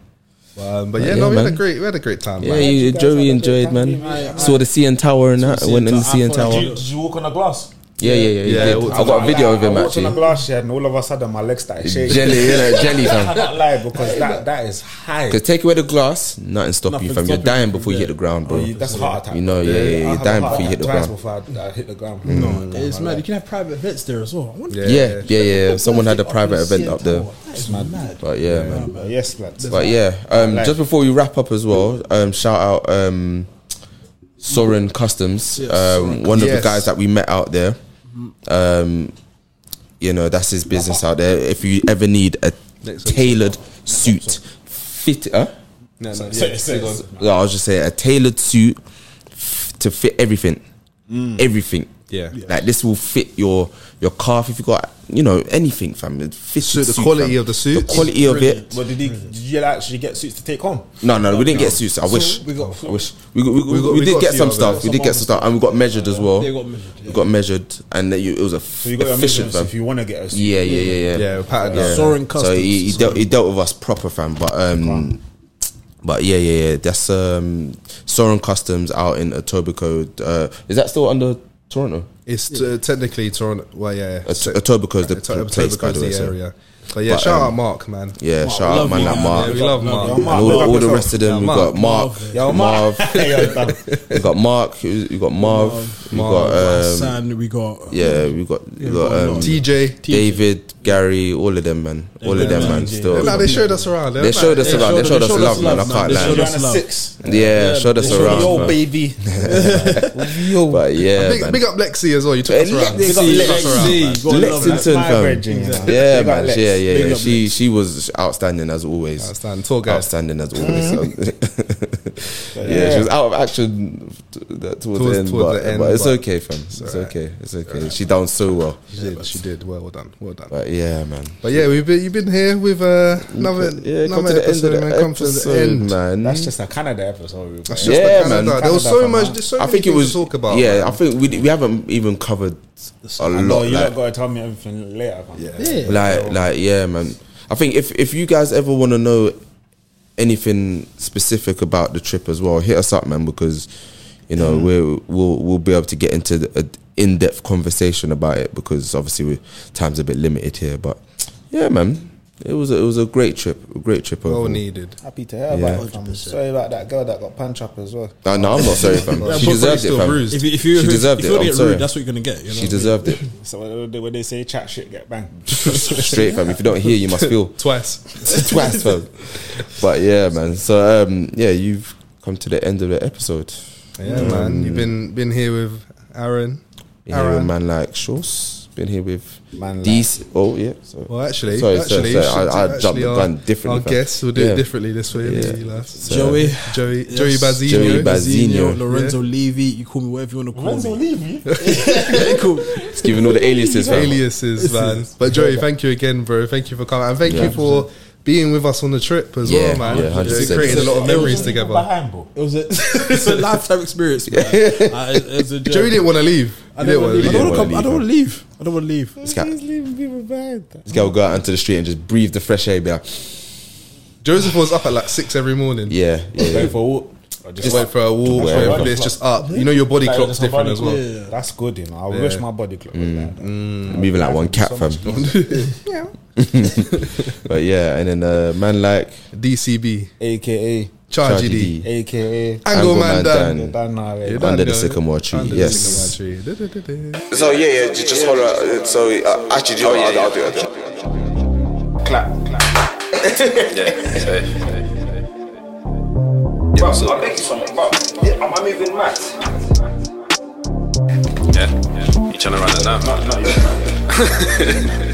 Um, but yeah, Yeah, no, we had a man. great we had a great time. Yeah, man. you- guys Joey had a enjoyed, good man. time, yeah. Saw the CN Tower and that. Went in the CN Tower. Did you, did you walk on a glass? Yeah, yeah, yeah. yeah, Yeah, it was- I got a video of him I walked on a actually. glass, yeah, and all of a sudden my legs started shaking. Jelly, you know, <laughs> jelly, I fam. <laughs> can't lie because that that is high. Because take away the glass, nothing stop you, Nothing fam. You're stop you. dying before you hit the ground, Oh, bro. You- That's a heart attack. You know, yeah, yeah, yeah, I you're have a dying heart before you attack hit the twice ground. Mm. before I, I hit the ground. It's mad. You can have private events there as well. I wonder- Yeah, yeah, yeah. Someone had a private Up in event CN up there, Tower. That is mad. but yeah, man. But yes, lads. But yeah, um, Like- just before we wrap up as well, um, shout out um, Soren Customs, um, one of Yes. Mm-hmm. the guys that we met out there. Um, you know, that's his business out there. If you ever need a Next one. tailored suit, fit. Huh? No, no, So- yeah. so- No, I was just saying a tailored suit f- to fit everything, everything. Mm. Yeah. like this will fit your your calf if you got you know anything, fam. It fits So your the suit, quality fam. of the suit? the quality of it. But did, he, did you actually get suits to take home? No, no, we didn't get suits. I wish. we got- I wish. We, got, we, got- We got- we we did got get few some of stuff. those. We did get some stuff, and we got measured as well. They got measured, yeah. We got measured, and that you, it was a So you got your efficient. measurements fam. if you want to get a suit. Yeah, yeah, yeah, yeah. Yeah, pattern. Yeah. Soaring So he, he dealt he dealt with us proper, fam. But um, but yeah, yeah, yeah. That's um, Soren Customs out in Etobicoke. Uh, is that still under Toronto? It's uh, technically Toronto. Well, yeah, Et- Etobicoke is the Otob- place, by Otobico's the way. so- area. But yeah, But, shout um, out Mark, man. Yeah, shout out love man you, like man. Yeah, Mark. we love Yo, Mark. And all, Mark, all the yourself. rest of them, Yeah, we Mark. got Mark, Yo, <laughs> Mark. Marv, Yo, fam. we got Mark, we got Marv, we got got um, Hassan, we got Yeah, we got we got got a um, lot. TJ. David, Gary, all of them, man. All of them, man. Still, Nah, they showed us around. they showed us around. They showed us love, man. I can't They showed lie. us- Joanna love. Six. Yeah, showed us Yo, around. man. baby. But yeah, Big, man. big up Lexi as well. You took Hey, us around. Lexi, Took us Lexi. around, man. That's Lexington, my fam. bridging, you know. Yeah, Big up man. Lex. Yeah, yeah, Big yeah. up She she was outstanding as always. Outstanding. Tall guy. Outstanding as always. So- <laughs> yeah, she was out of action t- that towards, Towards- the end, towards but, the end, but it's but- okay, fam. It's, okay. It's okay. She done so well. She did. She did. Well, well done. Well done. But yeah, man. But yeah, we've been, you've been here with uh, another, Yeah, come to another the end of episode, the man. Come to the episode, end. man. That's just a Canada episode. That's bro. just Hmm? Yeah, the Canada. man. There was so Canada, much. man. There's so I many think it things was to talk about. Yeah, man. I think we we haven't even covered a I know, lot. you Like, lot gotta tell me everything later. fam. yeah. like, like, yeah, man. I think if if you guys ever want to know anything specific about the trip as well, hit us up, man, because you know we're, we'll we'll be able to get into the- a in depth conversation about it because obviously we, time's a bit limited here, but yeah, man, it was a, it was a great trip, a great trip. Well overall. needed. Happy to hear Yeah. about it. fam. Sorry about that girl that got punch up as well. No, no, I'm not sorry, fam. she deserved it, still fam. bruised. If you, if you She deserved if it, you wanna I'm get sorry. rude, that's what you're gonna get. You know She deserved it So what they, what they say, chat shit, <laughs> get banged. straight, fam. If you don't hear, you must feel. <laughs> Twice. twice, fam. But yeah, man. So um, yeah, you've come to the end of the episode. Yeah, man. You've been been here with Aaron. Been here with Aaron. man like Shorts. Been here with Man like- these. Oh yeah. Sorry. Well, actually, Sorry, sorry, actually, sorry, we should I- I do- jumped the actually gun our- differently, Our fam. guests will do Yeah. it differently this way. Yeah. maybe, lads. So- Joey, Joey, Yes. Joey Bazzino. Joey Baz- Bazzino, Bazzino. Lorenzo Levy, you call me whatever you want to call Lorenzo me. Levy? Levy, <laughs> cool. It's giving all the aliases, fam. aliases, man. But Joey, thank you again, bro. Thank you for coming, and thank Yeah. you for being with us on the trip as Yeah, well, man. yeah, 100%. It created a lot of memories together. Behind, bro. It was a, <laughs> it's a lifetime experience, <laughs> man. I, it was a journey. Joey didn't want to leave. I He don't didn't want to leave. I want to don't leave. want to come. I don't wanna want to leave. I don't want to leave. This guy, this guy will go out onto the street and just breathe the fresh air. Be like, Joseph was up at like six every morning. yeah, yeah, Going for a walk. I Just went for a walk, whatever. went for this, just up. You know your body Like, clock's just my different body as well. clock. That's good, you know. I wish my body clock was Mm. like that. I'm even like one cat so <laughs> fam. much <laughs> But yeah, and then uh, man like DCB, AKA, Charge Charge ED, AKA, Angle Man Man Dan. Dan. Dan Nare. Dan, under the yeah. sycamore tree. Under the yes. sycamore tree. Du-du-du-du. So yeah, yeah, just hold on. So uh, actually, do you know what? I'll, do it. I'll do it. clap, clap. yeah, yeah, yeah. Bro, I'm making something, bro. Yeah, am I moving mad? Yeah, yeah. You trying to run it now? No, no, you're